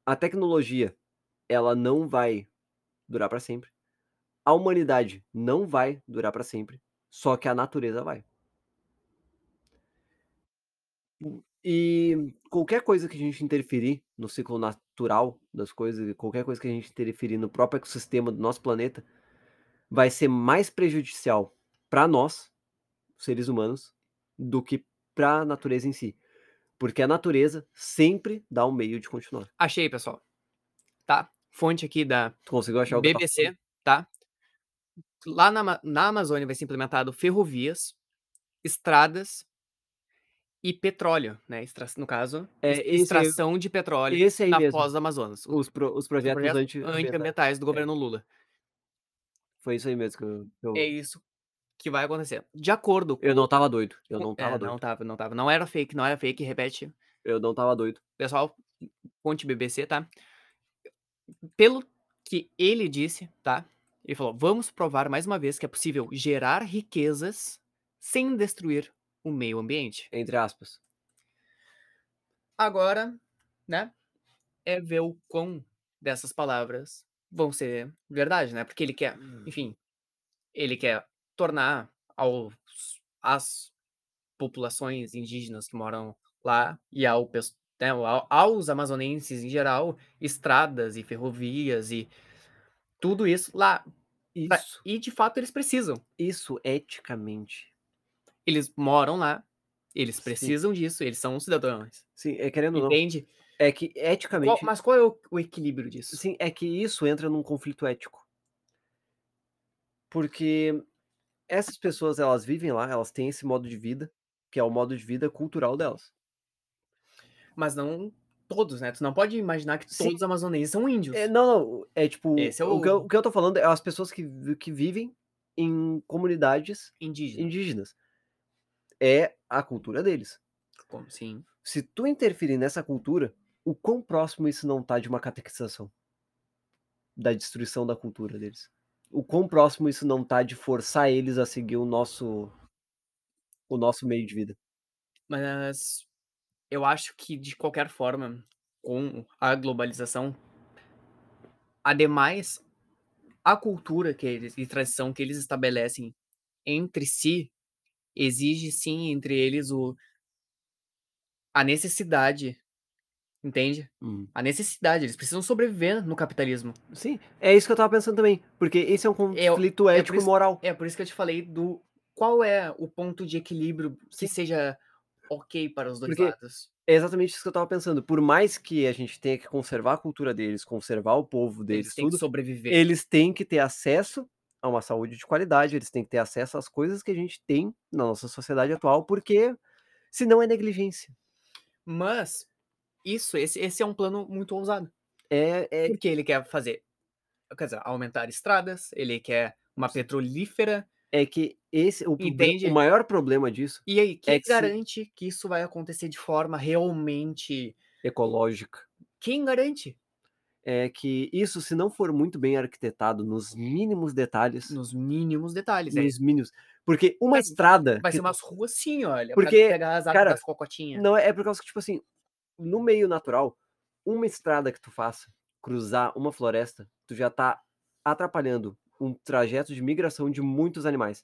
A: a tecnologia ela não vai durar para sempre. A humanidade não vai durar para sempre, só que a natureza vai. E qualquer coisa que a gente interferir no ciclo natural das coisas, qualquer coisa que a gente interferir no próprio ecossistema do nosso planeta, vai ser mais prejudicial para nós, seres humanos, do que para a natureza em si. Porque a natureza sempre dá um meio de continuar.
B: Achei, pessoal. Tá? Fonte aqui da
A: Tu conseguiu achar o que eu tava
B: BBC, tá? Lá na, Ama- na Amazônia vai ser implementado ferrovias, estradas e petróleo, né? Extra- no caso,
A: É,
B: es-
A: esse aí-
B: extração de
A: falando?
B: petróleo
A: Esse aí
B: na
A: mesmo.
B: pós-Amazonas.
A: Os, pro- os projetos É.
B: projetos
A: anti.
B: Antiambientais do governo Lula.
A: Foi isso aí mesmo que eu. que eu-
B: É isso que vai acontecer. De acordo
A: eu não tava doido. Eu não
B: É,
A: tava doido.
B: não tava, não tava. Não era fake, não era fake, repete.
A: Eu não tava doido.
B: Pessoal, fonte BBC, tá? Pelo que ele disse, tá? Ele falou: vamos provar mais uma vez que é possível gerar riquezas sem destruir o meio ambiente.
A: Entre aspas.
B: Agora, né? É ver o quão dessas palavras vão ser verdade, né? Porque ele quer,
A: Hum.
B: enfim, ele quer tornar aos, as populações indígenas que moram lá e ao, pes- né, ao- aos amazonenses em geral, estradas e ferrovias e tudo isso lá. pra-
A: Isso,
B: E de fato eles precisam.
A: isso eticamente.
B: Eles moram lá, eles
A: Sim.
B: precisam disso, eles são cidadãos.
A: Sim, é querendo ou não.
B: Entende?
A: É que
B: Qual-
A: eticamente.
B: mas qual é o, o equilíbrio disso?
A: Sim, é que isso entra num conflito ético. Porque essas pessoas, elas vivem lá, elas têm esse modo de vida, que é o modo de vida cultural delas.
B: Mas não todos, né? Tu não pode imaginar que
A: Sim.
B: todos os amazonenses são índios.
A: É, não, não, é tipo,
B: Esse é
A: o... que eu,
B: o-
A: o que eu tô falando é as pessoas que, vi- que vivem em comunidades
B: indígenas.
A: indígenas. É a cultura deles.
B: Como, sim.
A: Se tu interferir nessa cultura, o quão próximo isso não tá de uma catequização? Da destruição da cultura deles. O quão próximo isso não tá de forçar eles a seguir o nosso o nosso meio de vida.
B: Mas eu acho que, de qualquer forma, com a globalização, ademais, a cultura que eles, e tradição que eles estabelecem entre si exige, sim, entre eles o, a necessidade, entende? A necessidade, eles precisam sobreviver no capitalismo.
A: Sim, é isso que eu tava pensando também, porque esse é um
B: É, eu-
A: conflito
B: é por
A: ético e
B: isso-
A: moral.
B: É por isso que eu te falei do qual é o ponto de equilíbrio que seja ok para os dois
A: Porque-
B: lados.
A: É exatamente isso que eu tava pensando. Por mais que a gente tenha que conservar a cultura deles, conservar o povo deles,
B: Eles têm que
A: tudo,
B: sobreviver.
A: eles têm que ter acesso a uma saúde de qualidade, eles têm que ter acesso às coisas que a gente tem na nossa sociedade atual, porque senão é negligência.
B: Mas isso, esse, esse é um plano muito ousado.
A: É, é
B: Porque ele quer fazer, quer dizer, aumentar estradas, ele quer uma petrolífera,
A: é que esse o, proble-
B: Entende?
A: o maior problema disso,
B: e aí quem
A: É que se-
B: garante que isso vai acontecer de forma realmente.
A: ecológica,
B: Quem garante?
A: é que isso se não for muito bem arquitetado nos mínimos detalhes,
B: Nos mínimos detalhes. é
A: nos mínimos, porque uma
B: Vai-
A: estrada
B: Vai
A: que
B: ser umas ruas sim, olha.
A: Porque,
B: pra pegar as águas
A: cara,
B: das cocotinhas.
A: Não, é por causa que, tipo assim, no meio natural, uma estrada que tu faça, cruzar uma floresta, tu já tá atrapalhando um trajeto de migração de muitos animais.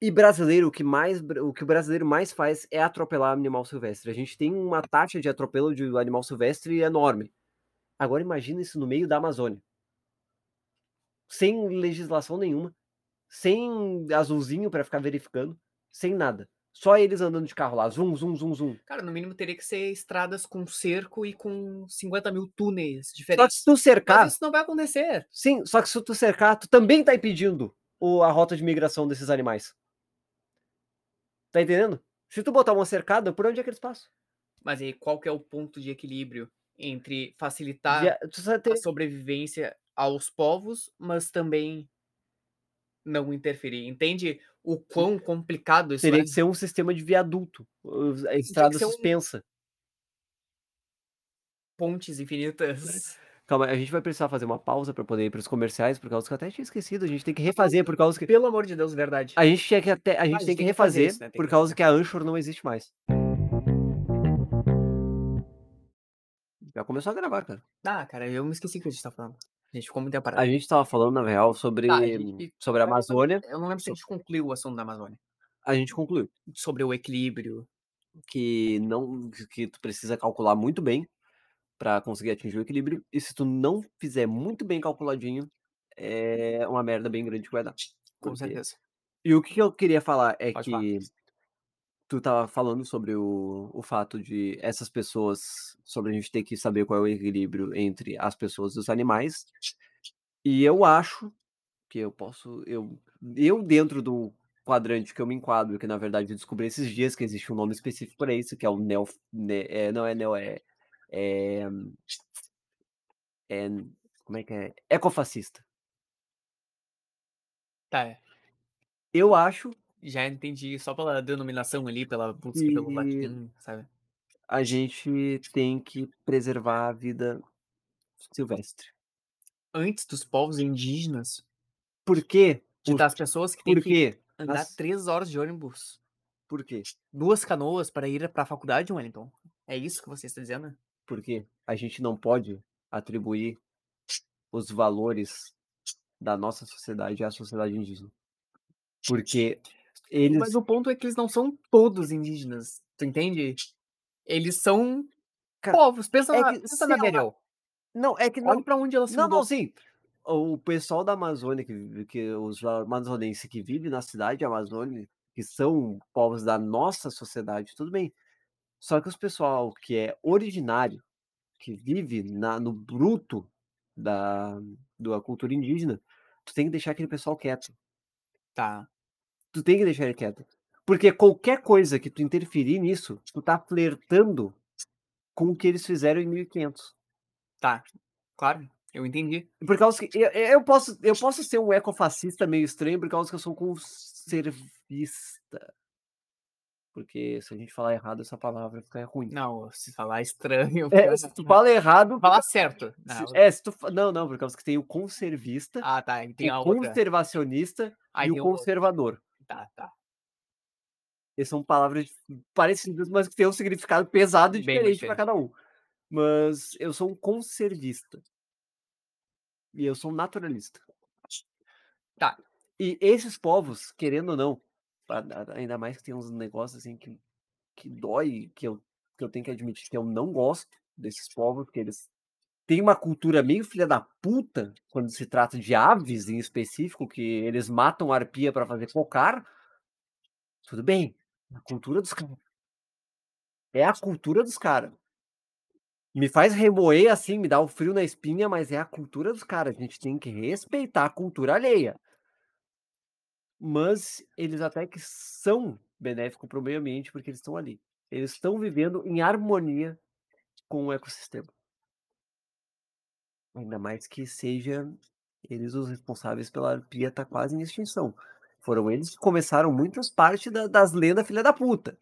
A: E brasileiro, o que, mais, o que o brasileiro mais faz é atropelar animal silvestre. A gente tem uma taxa de atropelo de animal silvestre enorme. Agora imagina isso no meio da Amazônia. Sem legislação nenhuma, sem azulzinho pra ficar verificando, sem nada. Só eles andando de carro lá, zum, zum, zum, zum.
B: Cara, no mínimo teria que ser estradas com cerco e com 50 mil túneis
A: Só
B: diferentes.
A: que se tu cercar,
B: Mas isso não vai acontecer.
A: sim, só que se tu cercar, tu também tá impedindo o, a rota de migração desses animais. Tá entendendo? Se tu botar uma cercada, por onde é que eles passam?
B: Mas aí qual que é o ponto de equilíbrio entre facilitar
A: Já- tu só tem-
B: a sobrevivência aos povos, mas também não interferir? Entende o quão complicado isso
A: teria
B: é?
A: que ser um sistema de viaduto, uh, a estrada
B: ser um-
A: suspensa.
B: Pontes infinitas.
A: Calma, a gente vai precisar fazer uma pausa pra poder ir pros comerciais, por causa que eu até tinha esquecido, a gente
B: Tá
A: tem que refazer por causa que
B: Pelo amor de Deus, verdade.
A: a gente tinha que até a gente
B: gente
A: tem que
B: tem que fazer
A: refazer
B: isso, né? Tem
A: por
B: que
A: causa que a Anchor não existe mais. Já começou a gravar, cara.
B: Ah, cara, eu me esqueci o que a gente tá falando. A gente ficou muito tempo parado.
A: A gente tava falando na real sobre
B: Tá, a gente-
A: sobre a Amazônia,
B: Eu não lembro se a gente concluiu o assunto da Amazônia.
A: a gente concluiu
B: Sobre o equilíbrio.
A: que não que tu precisa calcular muito bem pra conseguir atingir o equilíbrio e se tu não fizer muito bem calculadinho é uma merda bem grande que vai dar.
B: Com
A: Porque-
B: certeza.
A: E o que que eu queria falar é
B: Pode
A: que
B: falar.
A: tu tava falando sobre o, o fato de essas pessoas, sobre a gente ter que saber qual é o equilíbrio entre as pessoas e os animais. E eu acho que eu posso, eu, eu dentro do quadrante que eu me enquadro, que na verdade eu descobri esses dias que existe um nome específico para isso, que é o neo, ne- é, não é neo, é, é, é, como é que é? Ecofascista.
B: Tá, é.
A: Eu acho
B: já entendi só pela denominação ali, pela busca pelo
A: E-
B: latim, sabe?
A: a gente tem que preservar a vida silvestre.
B: Antes dos povos indígenas,
A: Por quê?
B: de
A: Por-
B: das pessoas que têm
A: Por
B: que
A: quê?
B: andar
A: Mas-
B: três horas de ônibus,
A: Por quê?
B: duas canoas para ir para a faculdade, Wellington. É isso que você está dizendo?
A: Porque a gente não pode atribuir os valores da nossa sociedade à sociedade indígena. Porque eles.
B: Mas o ponto é que eles não são todos indígenas, tu entende? Eles são
A: Cara,
B: povos. Pensa
A: é
B: na,
A: que
B: pensa
A: se
B: na
A: ela-
B: Berel.
A: Não, é que
B: Olha para onde ela se
A: Não,
B: mudou.
A: não, sim. O pessoal da Amazônia, que, vive- que os amazonenses que vivem na cidade amazônica, que são povos da nossa sociedade, tudo bem. Só que os pessoal que é originário, que vive na, no bruto da, da cultura indígena, tu tem que deixar aquele pessoal quieto.
B: Tá.
A: Tu tem que deixar ele quieto. Porque qualquer coisa que tu interferir nisso, tu tá flertando com o que eles fizeram em 1500.
B: Tá. Claro, eu entendi.
A: Por causa que eu, eu posso, eu posso ser um ecofascista meio estranho por causa que eu sou um conservista. Porque se a gente falar errado essa palavra fica ruim.
B: Não, se falar estranho.
A: É, se tu fala errado,
B: falar certo.
A: se-
B: Não,
A: é, se tu fa- não, não, por causa que tem o conservista,
B: Ah, tá. e Tem a
A: o
B: outra.
A: conservacionista
B: Aí
A: e
B: tem
A: o
B: o outro.
A: conservador.
B: Tá, tá.
A: Eles são palavras dif- parecidas, mas que têm um significado pesado e
B: Bem
A: diferente para
B: diferente.
A: cada um. Mas eu sou um conservista. E eu sou um naturalista.
B: Tá.
A: E esses povos, querendo ou não, a- a- ainda mais que tem uns negócios assim que, que dói, que eu, que eu tenho que admitir que eu não gosto desses povos, porque eles têm uma cultura meio filha da puta quando se trata de aves em específico, que eles matam arpia para fazer cocar. Tudo bem, a cultura dos caras. É a cultura dos caras. Me faz remoer assim, me dá o frio na espinha, mas é a cultura dos caras. A gente tem que respeitar a cultura alheia. Mas eles até que são benéficos para o meio ambiente, porque eles estão ali. Eles estão vivendo em harmonia com o ecossistema. Ainda mais que seja eles os responsáveis pela arpia estar quase em extinção. Foram eles que começaram muitas partes da- das lendas filha da puta.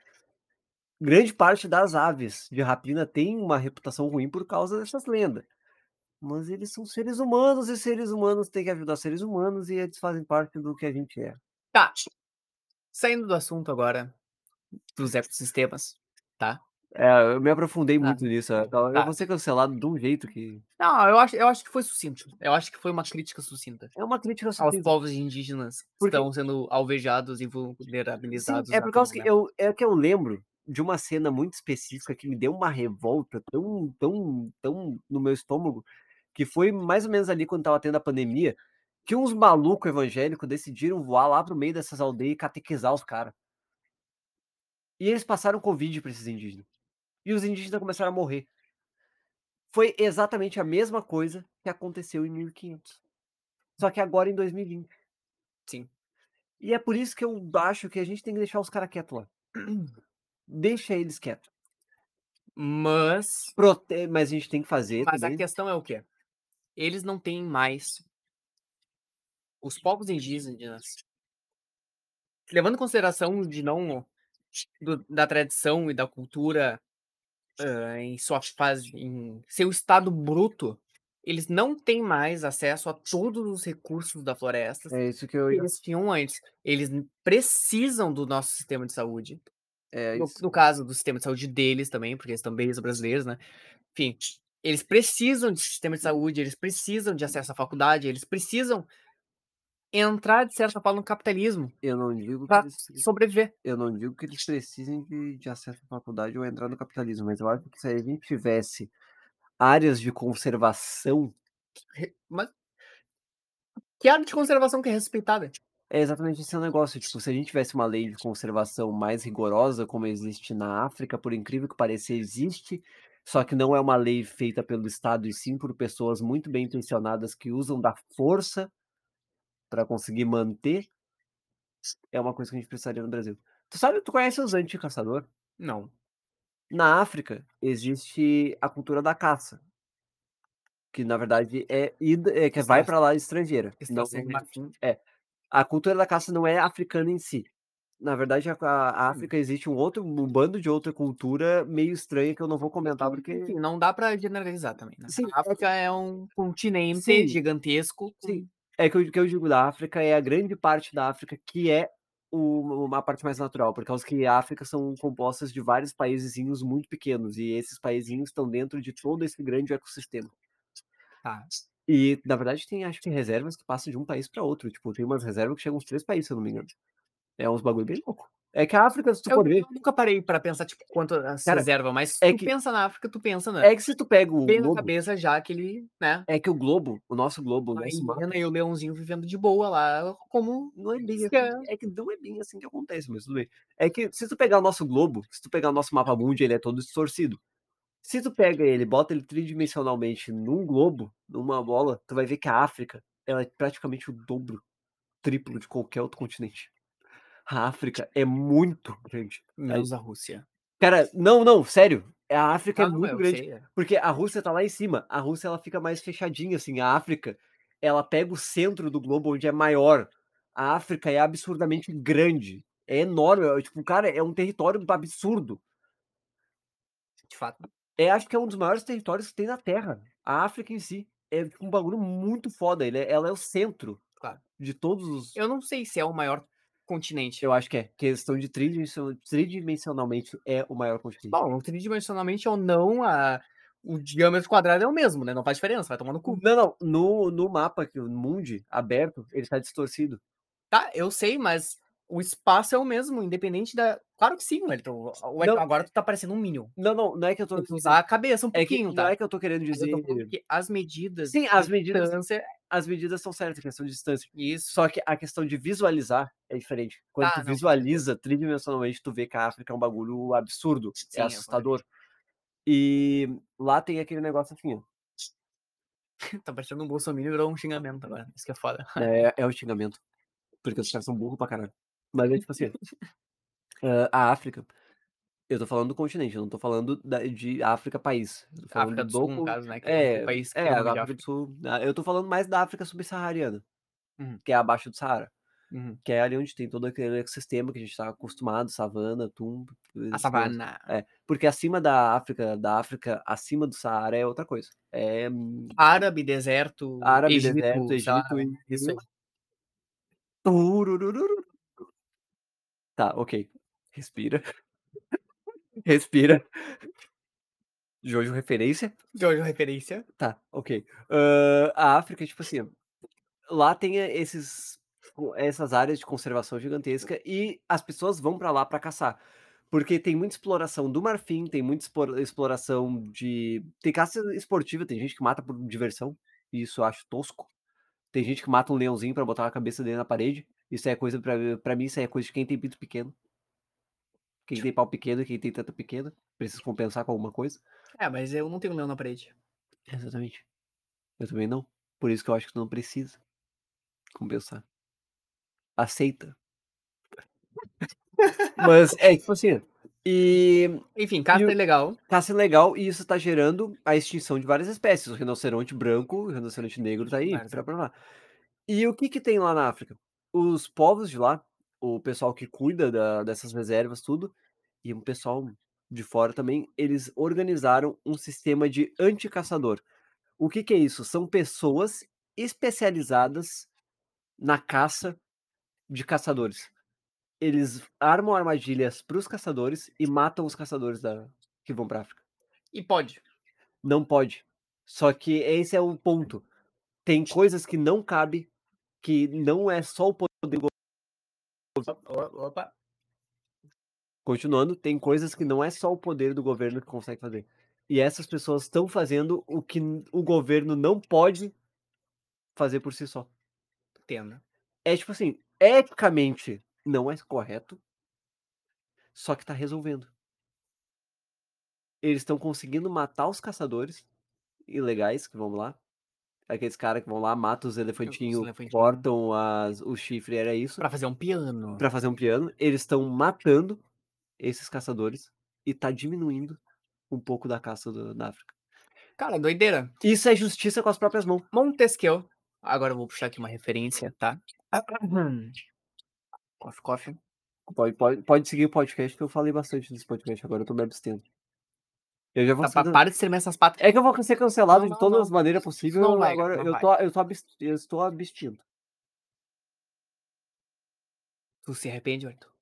A: Grande parte das aves de rapina tem uma reputação ruim por causa dessas lendas. Mas eles são seres humanos e seres humanos têm que ajudar seres humanos e eles fazem parte do que a gente é.
B: Tá. Saindo do assunto agora dos ecossistemas.
A: É, eu me aprofundei
B: Tá.
A: muito nisso. é, tá,
B: Tá.
A: Eu vou ser cancelado de um jeito que.
B: Não, eu acho, eu acho que foi sucinto. Eu acho que foi uma crítica sucinta.
A: É uma crítica
B: Aos
A: sucinta.
B: povos indígenas que
A: Porque-
B: estão sendo alvejados e
A: Sim,
B: vulnerabilizados.
A: é por causa que
B: atualmente.
A: eu, é que eu lembro de uma cena muito específica que me deu uma revolta tão, tão, tão no meu estômago, que foi mais ou menos ali quando tava tendo a pandemia, que uns malucos evangélicos decidiram voar lá pro meio dessas aldeias e catequizar os caras. E eles passaram Covid pra esses indígenas. E os indígenas começaram a morrer. Foi exatamente a mesma coisa que aconteceu em 1500. Só que agora em 2020.
B: Sim.
A: E é por isso que eu acho que a gente tem que deixar os caras quietos lá. Deixa eles quietos.
B: Mas,
A: Prote... Mas a gente tem que fazer
B: mas a
A: também.
B: questão é o quê? Eles não têm mais. Os povos indígenas. Levando em consideração de não. do- da tradição e da cultura ah, em sua fase. em seu estado bruto. eles não têm mais acesso a todos os recursos da floresta
A: É isso que eu
B: que
A: ia.
B: eles tinham antes. Eles n- precisam do nosso sistema de saúde.
A: É
B: No,
A: isso.
B: no caso do sistema de saúde deles também, porque eles também são brasileiros, né? Enfim, eles precisam de sistema
A: Uhum.
B: de saúde, eles precisam de acesso à faculdade, eles precisam entrar, de certa forma, no capitalismo
A: Eu não digo que
B: para
A: eles,
B: sobreviver.
A: eu não digo que eles precisem de, de acesso à faculdade ou entrar no capitalismo, mas eu acho que se a gente tivesse áreas de conservação,
B: Re- Mas que área de conservação que é respeitada?
A: é exatamente esse o negócio. Tipo, se a gente tivesse uma lei de conservação mais rigorosa, como existe na África, por incrível que pareça, existe, só que não é uma lei feita pelo Estado, e sim por pessoas muito bem intencionadas que usam da força para conseguir manter, é uma coisa que a gente precisaria no Brasil. Tu sabe, tu conhece os anti-caçador?
B: Não.
A: na África existe a cultura da caça, que na verdade é, ida, é que
B: Está-
A: vai para lá estrangeira.
B: Está
A: Não,
B: sendo Martim.
A: a cultura da caça não é africana em si. Na verdade, a, a- a África existe um outro um bando de outra cultura meio estranha que eu não vou comentar tá, porque
B: Enfim, não dá para generalizar também. Né?
A: Sim,
B: a África é um continente
A: Sim.
B: gigantesco. com-
A: Sim. é que eu, que eu digo da África é a grande parte da África que é o- uma parte mais natural, por causa que a África são compostas de vários paísezinhos muito pequenos e esses paísezinhos estão dentro de todo esse grande ecossistema.
B: Tá.
A: E, na verdade, tem, acho que, reservas que passam de um país para outro. Tipo, tem umas reservas que chegam uns três países, se eu não me engano. É uns bagulho bem louco. É que a África, se tu
B: Eu,
A: for ver,
B: eu nunca parei pra pensar, tipo, quanto as
A: Cara,
B: reserva, mas
A: é
B: tu
A: que-
B: pensa na África, tu pensa, né?
A: é que se tu pega o
B: Bem na
A: globo,
B: cabeça já aquele, né?
A: é que o globo, o nosso globo, o
B: A
A: nosso mapa,
B: hiena e o leãozinho vivendo de boa lá, como
A: não é bem
B: Isso
A: assim, é que não é bem assim que acontece, mas tudo bem. É que se tu pegar o nosso globo, se tu pegar o nosso mapa mundi, ele é todo distorcido. Se tu pega ele, bota ele tridimensionalmente num globo, numa bola, tu vai ver que a África, ela é praticamente o dobro, triplo de qualquer outro continente. A África é muito grande. A
B: menos é a Rússia.
A: Cara, não, não, sério. A África
B: Ah,
A: é
B: não,
A: muito
B: eu
A: grande,
B: sei, é.
A: porque a Rússia tá lá em cima. A Rússia ela fica mais fechadinha, assim. A África, ela pega o centro do globo onde é maior. A África é absurdamente grande. É enorme. é, tipo, cara, é um território absurdo.
B: De fato.
A: É, acho que é um dos maiores territórios que tem na Terra. A África em si. É tipo, um bagulho muito foda. Ele é- ela é o centro
B: Claro.
A: de todos os.
B: Eu não sei se é o maior continente.
A: Eu acho que é. Questão de tridimension- tridimensionalmente é o maior continente.
B: Bom, tridimensionalmente ou não, a... o diâmetro quadrado é o mesmo, né? Não faz diferença, vai tomar no cu.
A: Não, não. No, no mapa, que o Mundi aberto, ele tá distorcido.
B: Tá, eu sei, mas o espaço é o mesmo, independente da. Claro que sim, Wellington. O Wellington
A: Não.
B: agora tu tá parecendo um Minion.
A: Não, não, não é que eu tô.
B: Tem que usar a cabeça um
A: é que,
B: pouquinho,
A: Não
B: tá?
A: é que eu tô querendo
B: Mas
A: dizer.
B: eu tô falando que as medidas.
A: Sim,
B: de
A: as medidas,
B: distância,
A: as medidas são certas, questão de distância.
B: Isso.
A: Só que a questão de visualizar é diferente. Quando
B: Ah,
A: tu
B: não, com
A: visualiza tridimensionalmente, tu vê que a África é um bagulho absurdo.
B: Sim, um
A: É
B: eu
A: assustador. E lá tem aquele negócio assim, ó.
B: Tá parecendo um Bolsonaro e virou um xingamento agora. Isso que é foda.
A: É, é o xingamento. Porque os caras são burros pra caralho. Mas é tipo assim. ah, a África. Eu tô falando do continente, eu não tô falando da- de África país. Eu tô falando
B: África do Sul, no
A: con-
B: caso, né? Que é,
A: É,
B: um país que
A: é,
B: tem o
A: a
B: nome de
A: África do
B: África.
A: Sul. Ah, Eu tô falando mais da África subsaariana,
B: Uhum.
A: que é abaixo do Saara,
B: Uhum.
A: que é ali onde tem todo aquele ecossistema que a gente tá acostumado, savana, tumbo,
B: A
A: esse negócio.
B: savana.
A: É, porque acima da África, da África, acima do Saara é outra coisa. É hum,
B: Árabe, deserto,
A: árabe,
B: Egito,
A: deserto,
B: sei lá,
A: Egito e
B: isso aí.
A: Tururururu. Tá, ok. Respira. Respira. Jojo referência.
B: De hoje a referência.
A: Tá, ok. Ahn, a África, tipo assim, lá tem eh, esses, co- essas áreas de conservação gigantesca e as pessoas vão pra lá pra caçar. Porque tem muita exploração do marfim, tem muita espor- exploração de. Tem caça esportiva, tem gente que mata por diversão, e isso eu acho tosco. Tem gente que mata um leãozinho pra botar a cabeça dele na parede. Isso é coisa, pra, pra mim, isso aí é coisa de quem tem pinto pequeno. Quem tem pau pequeno, quem tem teta pequena. Precisa compensar com alguma coisa.
B: É, mas eu não tenho leão na parede.
A: Exatamente. Eu também não. Por isso que eu acho que tu não precisa compensar. Aceita. Mas é tipo assim. E
B: Enfim, caça
A: o-
B: é legal.
A: caça legal e isso tá gerando a extinção de várias espécies. O rinoceronte branco, o rinoceronte negro tá aí
B: Vários,
A: pra provar. E o que que tem lá na África? Os povos de lá, o pessoal que cuida da- dessas reservas, tudo, e um pessoal de fora também, eles organizaram um sistema de anticaçador. O que que é isso? São pessoas especializadas na caça de caçadores. Eles armam armadilhas pros caçadores e matam os caçadores da... que vão pra África.
B: E pode.
A: Não pode. Só que esse é o ponto. Tem coisas que não cabe, que não é só o poder do governo.
B: Opa.
A: Continuando, tem coisas que não é só o poder do governo que consegue fazer. E essas pessoas estão fazendo o que n- o governo não pode fazer por si só.
B: Entendo.
A: É tipo assim, eticamente não é correto, só que tá resolvendo. Eles estão conseguindo matar os caçadores ilegais que vão lá. Aqueles caras que vão lá, matam os elefantinhos,
B: elefantinhos.
A: cortam as, o chifre, era isso.
B: Pra fazer um piano.
A: Pra fazer um piano. Eles estão matando esses caçadores e tá diminuindo um pouco da caça do- da África.
B: Cara, doideira.
A: Isso é justiça com as próprias mãos.
B: Montesquieu. Agora eu vou puxar aqui uma referência, tá?
A: Uhum.
B: Coffee, coffee.
A: Pode, pode, pode seguir o podcast, que eu falei bastante desse podcast agora, eu tô me abstendo. Eu já vou
B: Tá,
A: ser
B: pa-
A: can-
B: para de tremer essas patas.
A: É que eu vou ser cancelado
B: Não,
A: de
B: não,
A: todas
B: não.
A: as maneiras possíveis.
B: Não vai,
A: agora
B: não
A: eu,
B: vai.
A: tô, eu, tô abs- eu estou abstindo.
B: Tu se arrepende, Arthur?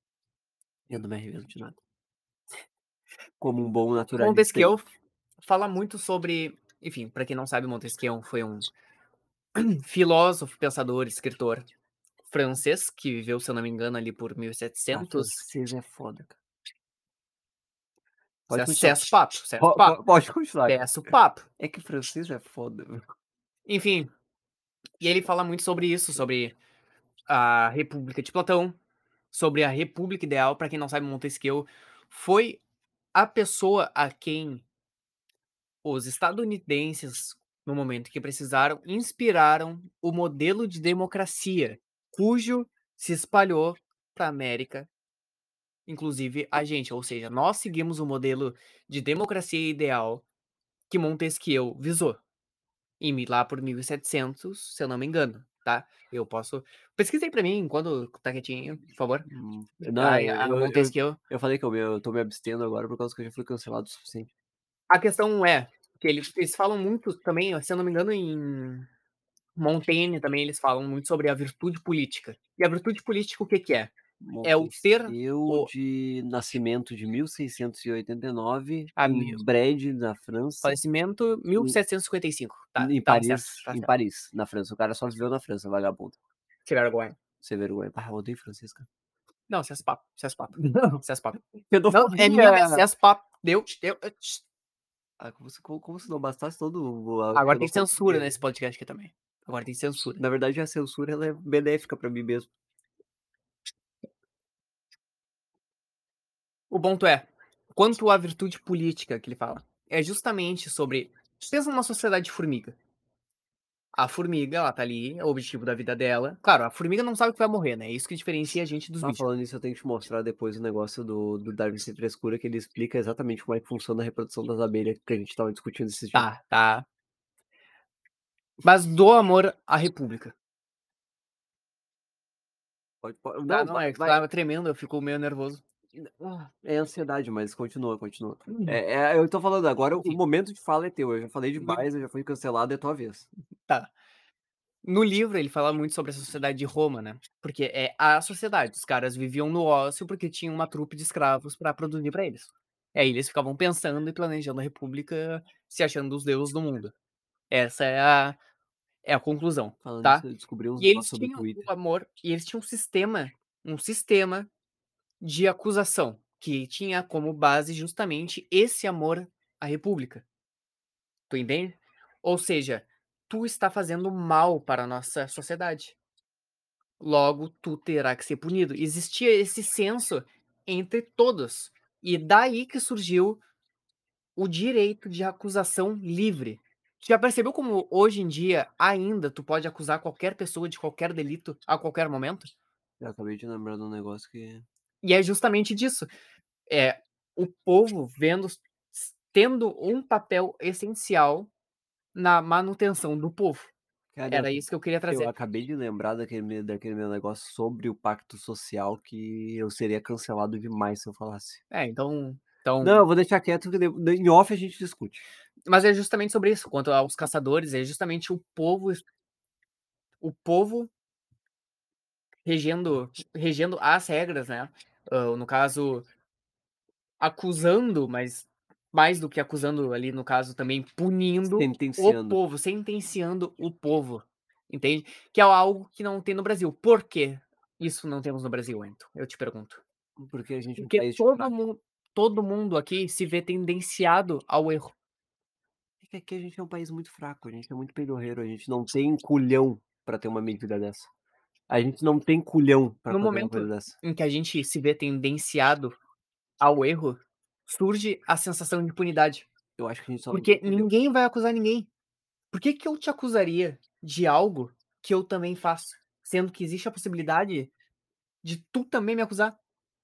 A: Eu não me arrependo de nada. Como um bom naturalista.
B: Montesquieu fala muito sobre. Enfim, pra quem não sabe, Montesquieu foi um filósofo, pensador, escritor francês que viveu, se eu não me engano, ali por 1700.
A: Vocês é foda, cara.
B: Pode
A: Pode
B: acesso
A: continuar.
B: papo, acesso
A: Po-
B: papo,
A: po- Pode continuar.
B: acesso papo.
A: É que francês é foda. meu.
B: Enfim. E ele fala muito sobre isso, sobre a República de Platão, sobre a República Ideal. Para quem não sabe, Montesquieu foi a pessoa a quem os estadunidenses, no momento que precisaram, inspiraram o modelo de democracia, cujo se espalhou para a América, inclusive a gente. Ou seja, nós seguimos o modelo de democracia ideal que Montesquieu visou. Em mi- lá por 1700, se eu não me engano, tá? Eu posso. Pesquisei pra mim enquanto tá quietinho, por favor.
A: Hum, Não,
B: a,
A: eu,
B: a
A: eu- eu-
B: Montesquieu.
A: eu falei que eu, me- eu tô me abstendo agora por causa que eu já fui cancelado o suficiente.
B: A questão é que eles, eles falam muito também, se eu não me engano, em Montaigne também eles falam muito sobre a virtude política. E a virtude política o que que é? É o ter
A: Eu
B: o-
A: de nascimento de 1689
B: Ah,
A: em
B: meu.
A: Brede, na França.
B: falecimento 1755, tá?
A: em
B: tá
A: Paris,
B: certo, tá
A: em
B: certo.
A: Paris, na França. O cara só viveu na França, vagabundo.
B: Que vergonha.
A: Sem vergonha. Ah, eu odeio francês, cara.
B: Não, é se as papo, se as papo,
A: Não,
B: se as é papo. Não,
A: pedofobia.
B: é minha vez, se as papo. Deu, deu. tch.
A: Ah, como, se, como- como se não bastasse todo ah, o- a
B: Agora tem
A: pedofobia.
B: censura né? nesse podcast aqui também. Agora tem censura.
A: Na verdade, a censura ela é benéfica pra mim mesmo.
B: O ponto é, quanto à virtude política que ele fala, é justamente sobre. Pensa numa sociedade de formiga. A formiga, ela tá ali, é o objetivo da vida dela. Claro, a formiga não sabe que vai morrer, né? É isso que diferencia a gente dos
A: Tá
B: bichos.
A: falando isso, eu tenho que te mostrar depois o negócio do, do Darwin sem frescura, que ele explica exatamente como é que funciona a reprodução das abelhas que a gente tava discutindo esses dias.
B: Tá, tá. Mas do amor à república.
A: Pode- pode-
B: Tá,
A: não,
B: não,
A: vai-
B: é que
A: vai.
B: tava tremendo, eu fico meio nervoso.
A: Ah, É ansiedade, mas continua, continua.
B: Uhum.
A: É, é- eu tô falando agora, o
B: Sim. Uhum.
A: momento de fala é teu. Eu já falei
B: Muito-
A: demais, eu já fui cancelado, é tua vez.
B: No livro, ele fala muito sobre a sociedade de Roma, né? Porque é a sociedade. Os caras viviam no ócio porque tinham uma trupe de escravos para produzir para eles. E aí eles ficavam pensando e planejando a república, se achando os deuses do mundo. Essa é a, é a conclusão.
A: Falando
B: Tá.
A: isso, eu descobri uns
B: E eles
A: negócios sobre
B: tinham
A: Twitter.
B: o amor, e eles tinham um sistema, um sistema de acusação, que tinha como base justamente esse amor à república. Tu entende? Ou seja, tu está fazendo mal para a nossa sociedade. Logo, tu terá que ser punido. Existia esse senso entre todos. E daí que surgiu o direito de acusação livre. Tu Já percebeu como hoje em dia ainda tu pode acusar qualquer pessoa de qualquer delito a qualquer momento?
A: Eu acabei de lembrar de um negócio que.
B: E é justamente disso. É o povo vendo s- tendo um papel essencial na manutenção do povo.
A: Cara,
B: Era
A: eu,
B: isso que eu
A: é
B: queria
A: eu
B: trazer.
A: acabei de lembrar daquele, meu- daquele meu negócio sobre o pacto social que eu seria cancelado demais se eu falasse.
B: É, então, então
A: Não, eu vou deixar quieto, que de- em off a gente discute.
B: Mas é justamente sobre isso, quanto aos caçadores, é justamente o povo o povo regendo regendo as regras, né? Ah, no caso acusando, mas mais do que acusando ali no caso também punindo o
A: Sentenciando.
B: povo, sentenciando o povo. Entende? Que é algo que não tem no Brasil. Por que isso não temos no Brasil, Ento? Eu te pergunto.
A: Porque a gente é um
B: Porque
A: país de
B: todo
A: fraco.
B: mundo, todo mundo aqui se vê tendenciado ao erro.
A: É que aqui a gente é um país muito fraco, a gente é muito pedorreiro, a gente não tem culhão pra ter uma medida dessa. A gente não tem culhão pra
B: No
A: fazer uma
B: momento
A: coisa dessa.
B: em que a gente se vê tendenciado ao erro, surge a sensação de impunidade.
A: Eu acho que a gente só.
B: Porque ninguém vai acusar ninguém. Por que, que eu te acusaria de algo que eu também faço? Sendo que existe a possibilidade de tu também me acusar.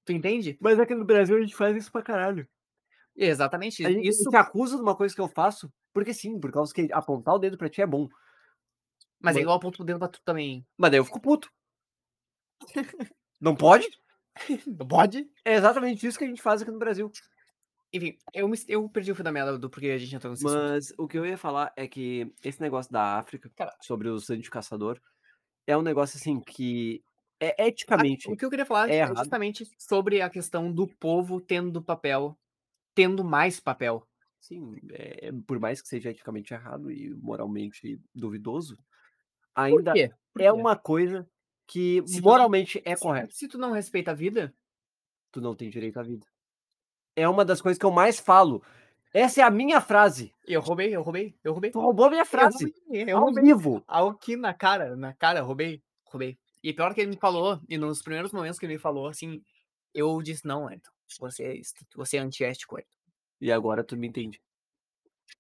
B: Tu entende?
A: Mas aqui no Brasil a gente faz isso pra caralho.
B: Exatamente.
A: A gente
B: Isso,
A: te acusa de uma coisa que eu faço, porque sim, por causa que apontar o dedo pra ti é bom.
B: mas é
A: mas-
B: igual ponto pro dedo pra tu também.
A: Mas daí eu fico puto. Não pode?
B: Não Pode?
A: É exatamente isso que a gente faz aqui no Brasil.
B: Enfim, eu, me- eu perdi o fio da meada do porquê a gente entrou nesse assunto.
A: Mas o que eu ia falar é que esse negócio da África,
B: Cara-
A: sobre o sangue de caçador, é um negócio assim que é eticamente.
B: Ah, O que eu queria falar
A: é
B: é
A: errado.
B: justamente sobre a questão do povo tendo papel, tendo mais papel.
A: Sim, é, é- por mais que seja eticamente errado e moralmente duvidoso, ainda
B: quê? Por
A: é
B: quê?
A: uma coisa que
B: Se tu não-
A: moralmente é
B: Se-
A: correta.
B: Se tu não respeita a vida,
A: Tu não tem direito à vida. É uma das coisas que eu mais falo. Essa é a minha frase.
B: eu roubei, eu roubei, eu roubei.
A: Tu roubou a minha frase.
B: Eu roubei, eu
A: ao
B: roubei.
A: vivo.
B: Algo que na cara, na cara, roubei, roubei. E pior que ele me falou, e nos primeiros momentos que ele me falou, assim, eu disse, não, Edson, você, é est- você é antiético, Edson.
A: E agora tu me entende.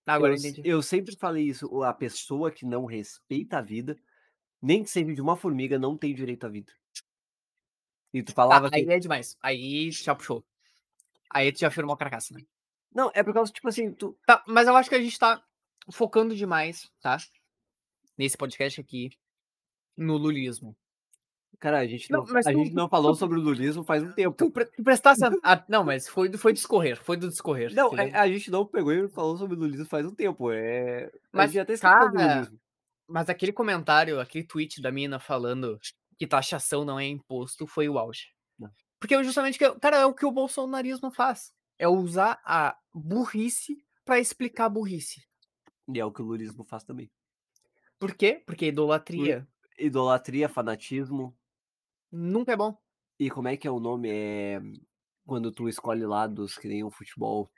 B: Agora
A: eu,
B: eu entendi.
A: eu sempre falei isso. o- A pessoa que não respeita a vida, nem que seja de uma formiga, não tem direito à vida. E tu falava assim,
B: Tá,
A: que.
B: aí é demais. Aí já puxou. Aí tu já firmou a carcaça, né?
A: Não, é por causa, tipo assim, tu.
B: Tá, mas eu acho que a gente tá focando demais, tá? Nesse podcast aqui, no lulismo.
A: Cara, a gente
B: Não,
A: não,
B: mas
A: a
B: tu-
A: gente não falou sobre o lulismo faz um tempo.
B: Tu, pre tu prestasse. a- a- não, mas foi, do- foi discorrer, foi do discorrer.
A: Não, é,
B: entendeu?
A: a, a gente não pegou e falou sobre o Lulismo faz um tempo. É... a
B: Mas,
A: gente até esqueceu do
B: cara,
A: Lulismo.
B: Mas aquele comentário, aquele tweet da mina falando que taxação não é imposto foi o auge.
A: Não.
B: Porque eu justamente, que- cara, é o que o bolsonarismo faz. É usar a burrice pra explicar a burrice.
A: E é o que o Lulismo faz também.
B: Por quê?
A: Hum.
B: Porque idolatria
A: Idolatria, fanatismo.
B: nunca é bom.
A: E como é que é o nome? É. Quando tu escolhe lados que nem o futebol.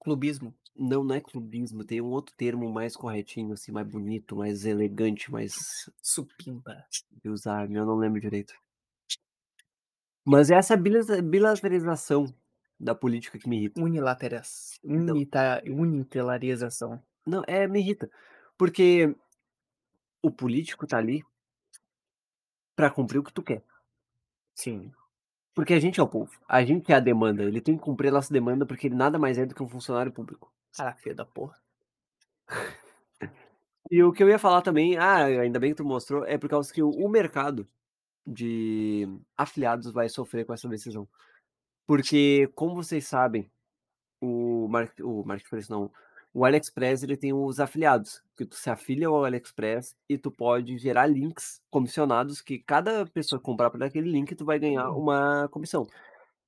B: Clubismo.
A: Não, não é clubismo, tem um outro termo mais corretinho, assim, mais bonito, mais elegante, mais
B: Supimpa.
A: de usar, eu não lembro direito. Mas é essa bilas- bilateralização da política que me irrita.
B: Unilateras. Unita, unilateralização.
A: Não, é, me irrita. Porque o político tá ali pra cumprir o que tu quer.
B: Sim.
A: Porque a gente é o povo. A gente é a demanda. Ele tem que cumprir a nossa demanda porque ele nada mais é do que um funcionário público.
B: Cara feio da porra.
A: E o que eu ia falar também, ah, ainda bem que tu mostrou, é por causa que o, o mercado de afiliados vai sofrer com essa decisão. Porque, como vocês sabem, o, Mar o Marketplace não. O AliExpress ele tem os afiliados, que tu se afilia ao AliExpress e tu pode gerar links comissionados que cada pessoa que comprar por aquele link tu vai ganhar
B: Hum.
A: uma comissão.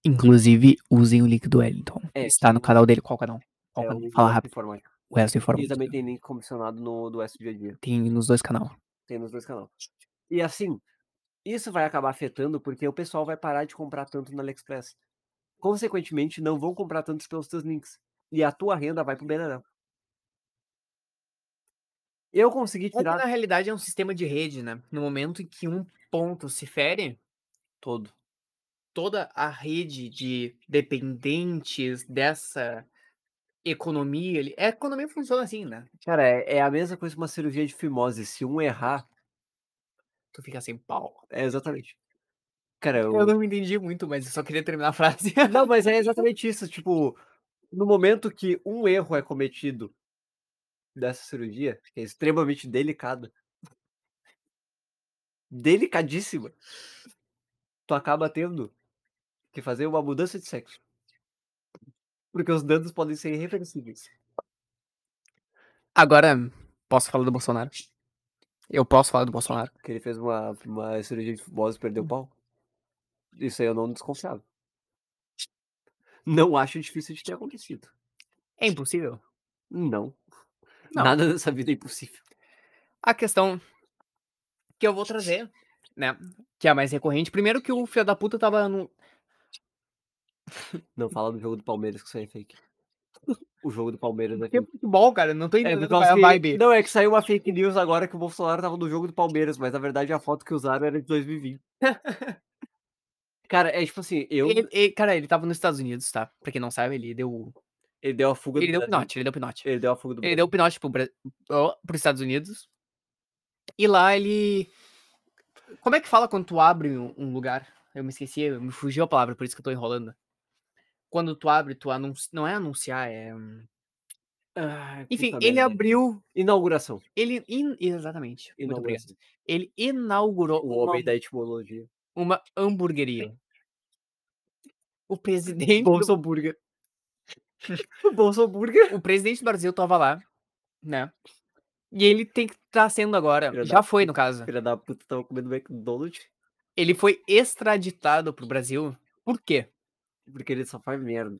B: Inclusive, usem o link do Wellington.
A: É,
B: Está no canal dele. Qual canal? Qual
A: É
B: canal?
A: o
B: Fala
A: Web
B: rápido.
A: Informática.
B: O resto informa.
A: E também tem link comissionado no do S dia a dia.
B: Tem nos dois canais.
A: Tem nos dois canais. E assim, isso vai acabar afetando porque o pessoal vai parar de comprar tanto no AliExpress. Consequentemente, não vão comprar tantos pelos teus links. E a tua renda vai pro Beirão. Eu consegui
B: É que na
A: tirar
B: realidade é um sistema de rede, né? No momento em que um ponto se fere,
A: todo.
B: toda a rede de dependentes dessa economia, ele- a economia funciona assim, né?
A: Cara, é, é a mesma coisa que uma cirurgia de fimose. Se um errar,
B: Tu fica sem pau.
A: é exatamente. Cara,
B: Eu
A: eu...
B: não entendi muito, mas eu só queria terminar a frase.
A: não, mas é exatamente isso. Tipo, no momento que um erro é cometido dessa cirurgia, que é extremamente delicada, delicadíssima, tu acaba tendo que fazer uma mudança de sexo. Porque os danos podem ser irreversíveis.
B: Agora, posso falar do Bolsonaro? Eu posso falar do Bolsonaro?
A: Que ele fez uma, uma cirurgia de fibose e perdeu o pau. Isso aí eu não desconfiava. Não acho difícil de ter acontecido.
B: É impossível.
A: Não.
B: Não.
A: Nada dessa vida é impossível.
B: A questão que eu vou trazer, né? Que é a mais recorrente. Primeiro que o filho da puta tava no.
A: Não fala do jogo do Palmeiras que isso aí é fake. O jogo do Palmeiras aqui.
B: Que futebol, cara? Não tô
A: É, por
B: entendendo qual
A: causa
B: é
A: que-
B: a vibe.
A: Não, é que saiu uma fake news agora que o Bolsonaro tava no jogo do Palmeiras, mas na verdade a foto que usaram era de 2020. Cara, é tipo assim, eu. Ele,
B: Ele- ele- cara, ele tava nos Estados Unidos, tá? Pra quem não sabe, ele deu.
A: deu a fuga
B: Ele
A: do
B: deu
A: Brasil.
B: pinote, ele deu pinote.
A: Ele deu a fuga do
B: Ele deu o pinote pro, Bra... ó, pros Estados Unidos. E lá ele. Como é que fala quando tu abre um um lugar? Eu me esqueci, eu- me fugiu a palavra, por isso que eu tô enrolando. Quando tu abre, tu anuncia. Não é anunciar, é. né?
A: Ah,
B: Enfim,
A: puta
B: ele é
A: merda.
B: abriu.
A: Inauguração.
B: Ele. in- Exatamente. Muito obrigado.
A: Inauguração.
B: Ele inaugurou
A: O
B: uma,
A: homem da etimologia.
B: uma hamburgueria. O presidente. do-
A: Bolsoburger. o Bolsoburger.
B: o presidente do Brasil tava lá, né? E ele tem que estar sendo agora.
A: Filha da
B: Já foi, no caso.
A: Filha da puta, tava comendo McDonald's.
B: Ele foi extraditado pro Brasil. Por quê?
A: Porque ele só faz merda.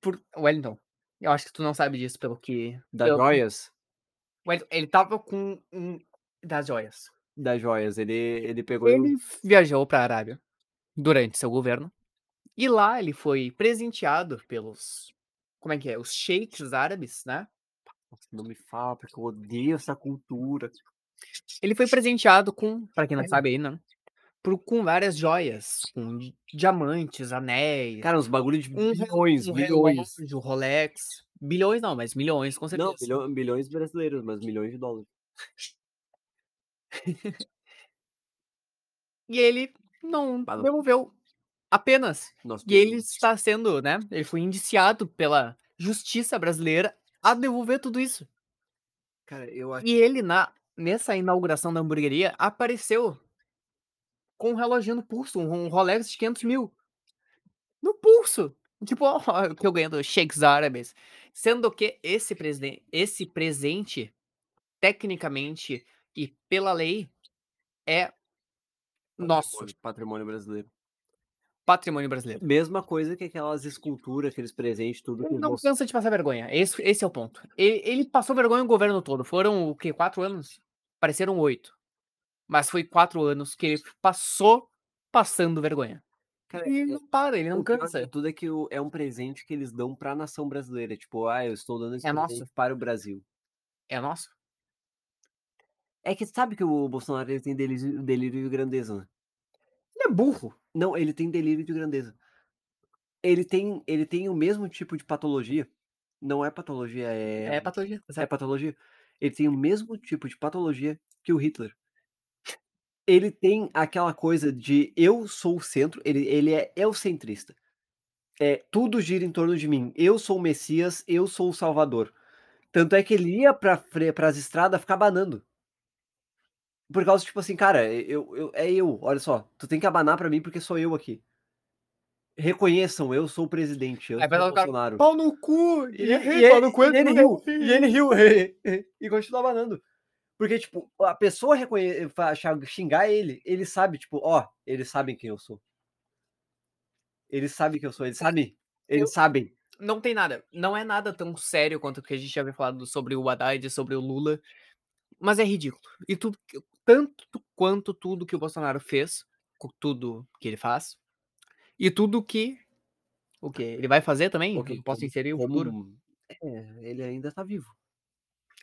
B: Por Wellington. Eu acho que tu não sabe disso, pelo que.
A: Da
B: Eu-
A: Joias.
B: Wellington, ele tava com um. Das joias.
A: Da Joias. Ele, ele pegou. e-
B: Ele viajou pra Arábia durante seu governo. E lá ele foi presenteado pelos. Como é que é? Os sheiks árabes, né?
A: Nossa, Não me fala, porque eu odeio essa cultura.
B: Ele foi presenteado com, pra quem não sabe aí, né? Por, com várias joias, com di- diamantes, anéis,
A: Cara, uns bagulho de
B: Um re-
A: bilhões,
B: um
A: bilhões.
B: relógio, Rolex. Bilhões não, mas milhões, com certeza.
A: Não, bilhão- bilhões brasileiros, mas milhões de dólares.
B: E ele não
A: Fala.
B: devolveu apenas.
A: Nossa,
B: E ele está sendo, né? Ele foi indiciado pela justiça brasileira a devolver tudo isso.
A: Cara, eu acho.
B: E ele, na, nessa inauguração da hamburgueria, apareceu com um reloginho no pulso, um, um Rolex de 500 mil. No pulso! Tipo, ó, o que eu ganho dos shakes árabes. Sendo que esse, presiden- esse presente, tecnicamente e pela lei, é nosso
A: patrimônio- Patrimônio brasileiro.
B: patrimônio brasileiro.
A: Mesma coisa que aquelas esculturas, aqueles presentes, tudo. que
B: Ele não
A: você-
B: cansa de passar vergonha. Esse, esse é o ponto. Ele, ele passou vergonha o governo todo. Foram o quê? Quatro anos? Pareceram oito. Mas foi quatro anos que ele passou passando vergonha.
A: Cara,
B: E ele
A: eu-
B: não para, ele não
A: o pior de
B: cansa.
A: Tudo é que o- é um presente que eles dão pra nação brasileira. Tipo, ah, eu estou dando esse
B: É nosso.
A: presente para o Brasil.
B: É nosso.
A: É que sabe que o Bolsonaro ele tem delírio, delírio de grandeza, né?
B: Ele é burro.
A: Não, ele tem delírio de grandeza. Ele tem, ele tem o mesmo tipo de patologia. Não é patologia,
B: É, patologia.
A: é patologia. Ele tem o mesmo tipo de patologia que o Hitler. Ele tem aquela coisa de eu sou o centro, ele, ele é eucentrista. É, tudo gira em torno de mim. Eu sou o Messias, eu sou o Salvador. Tanto é que ele ia pra, fre- pras estradas ficar banando. Por causa, tipo assim, cara, eu, eu, é eu, olha só, tu tem que abanar pra mim porque sou eu aqui. Reconheçam, eu sou o presidente, eu
B: Aí vai
A: sou o
B: lá É, o cara,
A: Bolsonaro.
B: Pau no cu!
A: E, e,
B: errei,
A: e-
B: pau no cu,
A: e ele
B: errei.
A: riu, e ele riu, e continua abanando. Porque, tipo, a pessoa reconhe- fa- achar- xingar ele, ele sabe, tipo, ó, eles sabem quem eu sou. Eles sabem quem eu sou, eles sabem. Eles sabem.
B: Não tem nada. Não é nada tão sério quanto o que a gente já havia falado sobre o Haddad, sobre o Lula. Mas é ridículo. E tudo, que- tanto quanto tudo que o Bolsonaro fez, co- tudo que ele faz, e tudo que. O que? Ele vai fazer também?
A: Ok,
B: Eu posso
A: como-
B: inserir o
A: Como-
B: futuro?
A: É, ele ainda tá vivo.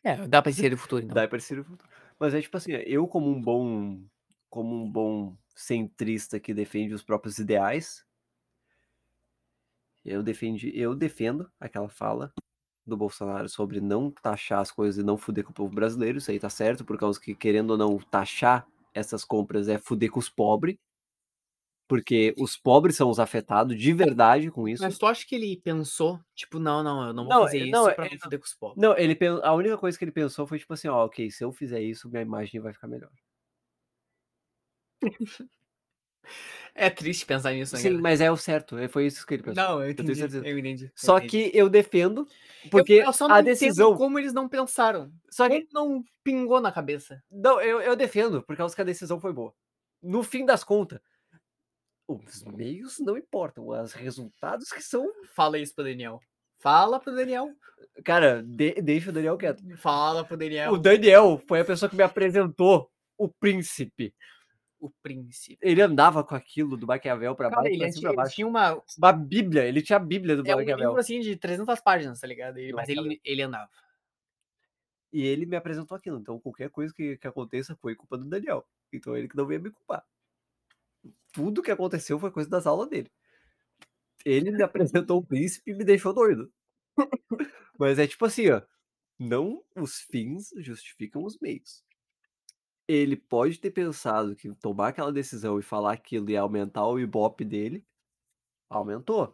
B: É, dá pra inserir o futuro, então.
A: Daí parecia o futuro. Mas é tipo assim, eu como um bom. Como um bom centrista que defende os próprios ideais. Eu, defendi, eu defendo aquela fala do Bolsonaro sobre não taxar as coisas e não fuder com o povo brasileiro. Isso aí tá certo, por causa que, querendo ou não, taxar essas compras é fuder com os pobres. Porque os pobres são os afetados de verdade com isso.
B: Mas tu acha que ele pensou, tipo, não, não, eu não vou
A: Não,
B: fazer
A: é-
B: isso
A: não,
B: pra
A: é-
B: não foder com os pobres.
A: Não, ele pen- a única coisa que ele pensou foi tipo assim, ó, ok, se eu fizer isso, minha imagem vai ficar melhor.
B: É triste pensar nisso, né?
A: Sim,
B: cara?
A: mas é o certo. é- Foi isso que ele pensou.
B: Não, eu
A: tenho
B: entendi.
A: certeza.
B: Eu entendi.
A: Só
B: eu entendi.
A: que eu defendo, porque
B: Eu- eu só não
A: a
B: entendo
A: decisão.
B: como eles não pensaram.
A: Só que.
B: Como não pingou na cabeça.
A: Não, eu, eu defendo, por causa que a decisão foi boa. No fim das contas, os meios não importam, os resultados que são.
B: Fala isso pro Daniel. Fala pro Daniel.
A: Cara, de- deixa o Daniel quieto.
B: Fala pro Daniel.
A: O Daniel foi a pessoa que me apresentou o príncipe.
B: O, príncipe.
A: Ele andava com aquilo do Maquiavel pra
B: Cara,
A: baixo,
B: ele,
A: pra cima pra
B: tinha, ele
A: baixo.
B: tinha uma.
A: Uma bíblia, ele tinha a bíblia do
B: É um
A: Maquiavel.
B: livro assim de 300 páginas, tá ligado? Ele-
A: Do
B: mas ele, ele andava.
A: E ele me apresentou aquilo. Então, qualquer coisa que, que aconteça foi culpa do Daniel. Então, ele que não veio me culpar. Tudo que aconteceu foi coisa das aulas dele. Ele me apresentou o príncipe e me deixou doido. Mas é tipo assim, ó. Não os fins justificam os meios. Ele pode ter pensado que tomar aquela decisão e falar aquilo ia aumentar o ibope dele. Aumentou.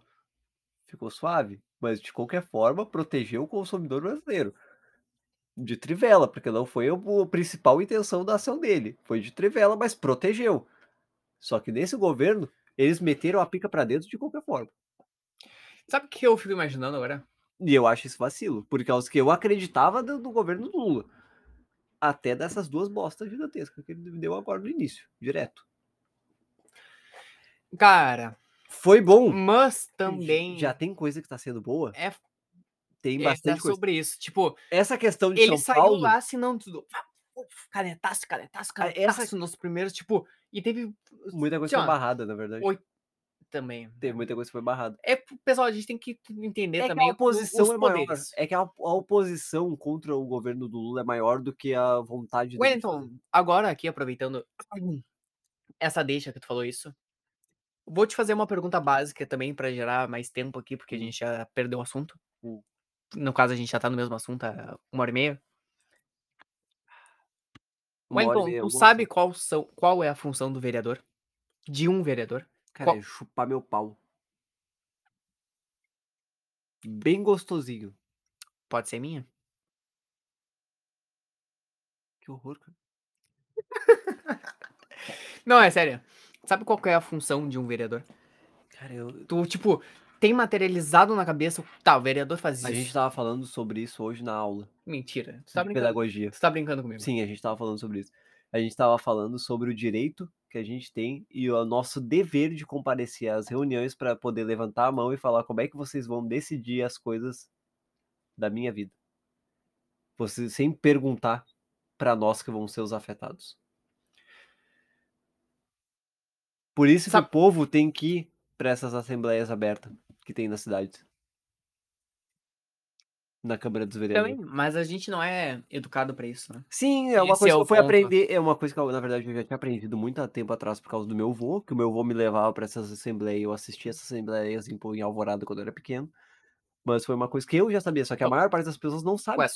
A: Ficou suave. Mas, de qualquer forma, protegeu o consumidor brasileiro de trivela, porque não foi o- a principal intenção da ação dele. Foi de trivela, mas protegeu. Só que nesse governo, eles meteram a pica pra dentro de qualquer forma.
B: Sabe o que eu fico imaginando agora?
A: E eu acho isso vacilo, por causa que eu acreditava do, do governo do Lula. Até dessas duas bostas gigantescas que ele me deu agora no início, direto.
B: Cara,
A: Foi bom.
B: mas também.
A: Hum. Já tem coisa que tá sendo boa?
B: É,
A: Tem
B: é
A: bastante coisa.
B: sobre isso. Tipo,
A: Essa questão de
B: ele
A: São
B: saiu
A: Paulo.
B: lá assinando tudo. Canetaço, canetaço,
A: Ah, essa-
B: canetaço nos primeiros, tipo, e teve
A: Muita coisa
B: Assim,
A: foi
B: ó,
A: barrada, na verdade.
B: oito- também.
A: Tem muita coisa que foi barrada.
B: É, pessoal, a gente tem que entender
A: É que
B: também
A: a oposição
B: os
A: é maior.
B: poderes.
A: É que a, op- a oposição contra o governo do Lula é maior do que a vontade dele. de fazer.
B: Wellington, então, agora aqui aproveitando essa deixa que tu falou isso, vou te fazer uma pergunta básica também para gerar mais tempo aqui, porque a
A: Hum.
B: gente já perdeu o assunto.
A: Hum.
B: No caso, a gente já tá no mesmo assunto há uma hora e meia.
A: Uma hora e meia,
B: Wellington, tu
A: alguma
B: sabe
A: coisa.
B: qual, são, qual é a função do vereador? De um vereador?
A: Cara,
B: qual-
A: é chupar meu pau. Bem gostosinho.
B: Pode ser minha?
A: Que horror, cara.
B: Não, é sério. Sabe qual que é a função de um vereador?
A: Cara, eu-
B: Tu, tipo, tem materializado na cabeça. Tá, o vereador faz isso.
A: a gente tava falando sobre isso hoje na aula
B: Mentira. Tu tá,
A: de
B: brincando,
A: pedagogia.
B: tu tá brincando comigo.
A: Sim, a gente tava falando sobre isso. A gente tava falando sobre o direito que a gente tem e o nosso dever de comparecer às reuniões para poder levantar a mão e falar como é que vocês vão decidir as coisas da minha vida. Você sem perguntar para nós que vão ser os afetados. Por isso
B: Sabe-
A: que o povo tem que ir para essas assembleias abertas que tem nas cidades. Na Câmara dos Vereadores.
B: Também, mas a gente não é educado pra isso, né?
A: Sim, é uma
B: Esse
A: coisa
B: é
A: que
B: o
A: eu fui
B: ponto.
A: aprender. É uma coisa que, eu, na verdade, eu já tinha aprendido muito há tempo atrás por causa do meu avô, que o meu avô me levava para essas assembleias. Eu assistia essas assembleias em, Pô- em Alvorada quando eu era pequeno. Mas foi uma coisa que eu já sabia, só que a
B: Então-
A: maior parte das pessoas não sabe.
B: Ué,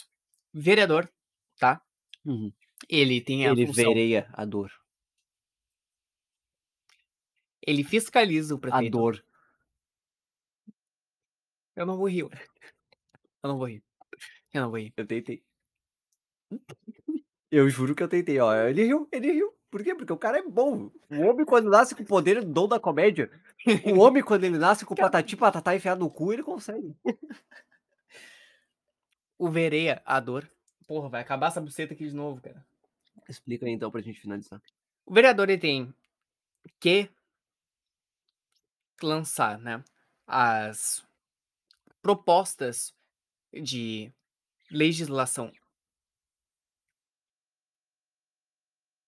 B: vereador, tá?
A: Uhum.
B: Ele tem a
A: Ele
B: função.
A: vereia a dor.
B: Ele fiscaliza o
A: A
B: prefeito.
A: dor.
B: Eu não vou rir. ué. Eu não vou rir. Eu não vou rir.
A: Eu tentei. Eu juro que eu tentei, ó. Ele riu, ele riu. Por quê? Porque o cara é bom. O homem, quando nasce com o poder, é dom da comédia. O homem, quando ele nasce com patati patatá enfiado no cu, ele consegue.
B: O vereador. Porra, vai acabar essa buceta aqui de novo, cara.
A: Explica aí então pra gente finalizar.
B: O vereador ele tem que lançar, né, as propostas de legislação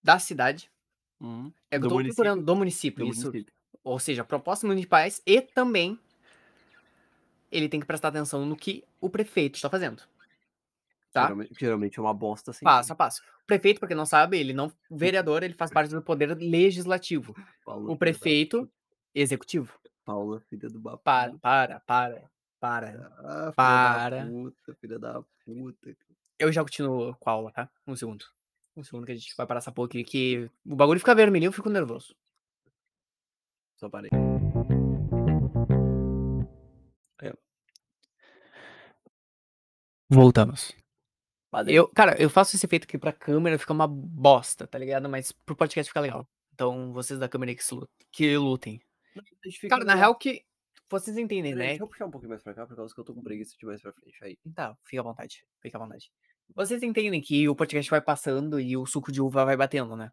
B: da cidade,
A: Uhum.
B: é que
A: Do
B: eu tô
A: município?
B: procurando do município,
A: Do
B: isso,
A: município.
B: ou seja, propostas municipais e também ele tem que prestar atenção no que o prefeito está fazendo. tá?
A: Geralmente, geralmente é uma bosta assim.
B: Passo a passo. O prefeito, pra quem não sabe, ele não, o vereador, ele faz parte do poder legislativo.
A: Paula,
B: o prefeito executivo.
A: Paula, filha do babu.
B: Para, para, para, para.
A: Ah, filha
B: para.
A: Da puta, filha da puta.
B: Eu já continuo com a aula, tá? Um segundo. Um segundo que a gente vai parar essa porra aqui, que o bagulho fica vermelho, eu fico nervoso.
A: Só parei.
B: Voltamos.
A: Padre.
B: Eu, cara, eu faço esse efeito aqui pra câmera, fica uma bosta, tá ligado? Mas pro podcast fica legal. Então, vocês da câmera que, se lu- que lutem.
A: A gente fica
B: Cara, na
A: no-
B: real que vocês entendem,
A: Peraí,
B: né?
A: Deixa eu puxar um pouquinho mais pra cá, por causa que eu tô com preguiça de ir mais pra frente. Aí.
B: Tá, fica à vontade. Fica à vontade. Vocês entendem que o podcast vai passando e o suco de uva vai batendo, né?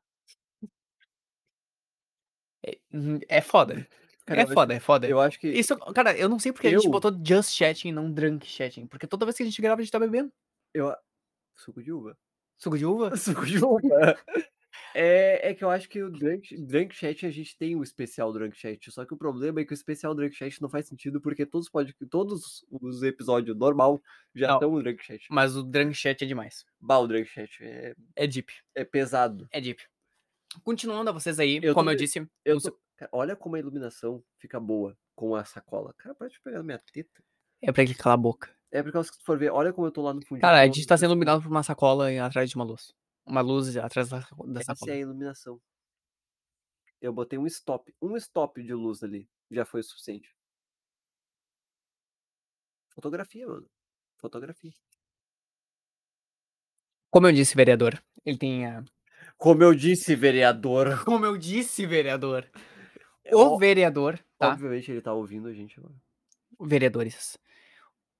B: É, uhum, é foda.
A: Cara,
B: é
A: eu acho-
B: foda, é foda.
A: Eu acho que.
B: Isso, cara, eu não sei porque a gente
A: Eu-
B: botou just chatting e não drunk chatting. Porque toda vez que a gente grava, a gente tá bebendo.
A: Suco de uva.
B: Suco de uva?
A: Suco de uva. É, é que eu acho que o drunk, drunk Chat a gente tem o especial Drunk Chat, só que o problema é que o especial Drunk Chat não faz sentido porque todos, pod, todos os episódios normal já
B: Não.
A: estão no Drunk Chat.
B: Mas o drunk chat é demais.
A: Bah, o Drunk Chat é,
B: É deep.
A: é pesado.
B: É deep. Continuando a vocês aí,
A: Eu tô
B: como eu
A: de-
B: disse,
A: Eu
B: Você-
A: tô- Cara, olha como a iluminação fica boa com a sacola. Cara, pode pegar na minha teta.
B: é pra ele calar a boca.
A: É por causa que se tu for ver, olha como eu tô lá no fundo.
B: Cara, a gente tá sendo iluminado por uma sacola e atrás de uma luz. Uma luz atrás da, da
A: Essa é
B: sacola.
A: a iluminação. Eu botei um stop. Um stop de luz ali. Já foi o suficiente. Fotografia, mano. Fotografia.
B: Como eu disse, vereador, ele tem a.
A: Como eu disse, vereador.
B: Como eu disse, vereador.
A: É, Ó-
B: O vereador, tá?
A: Obviamente ele tá ouvindo a gente agora.
B: vereadores.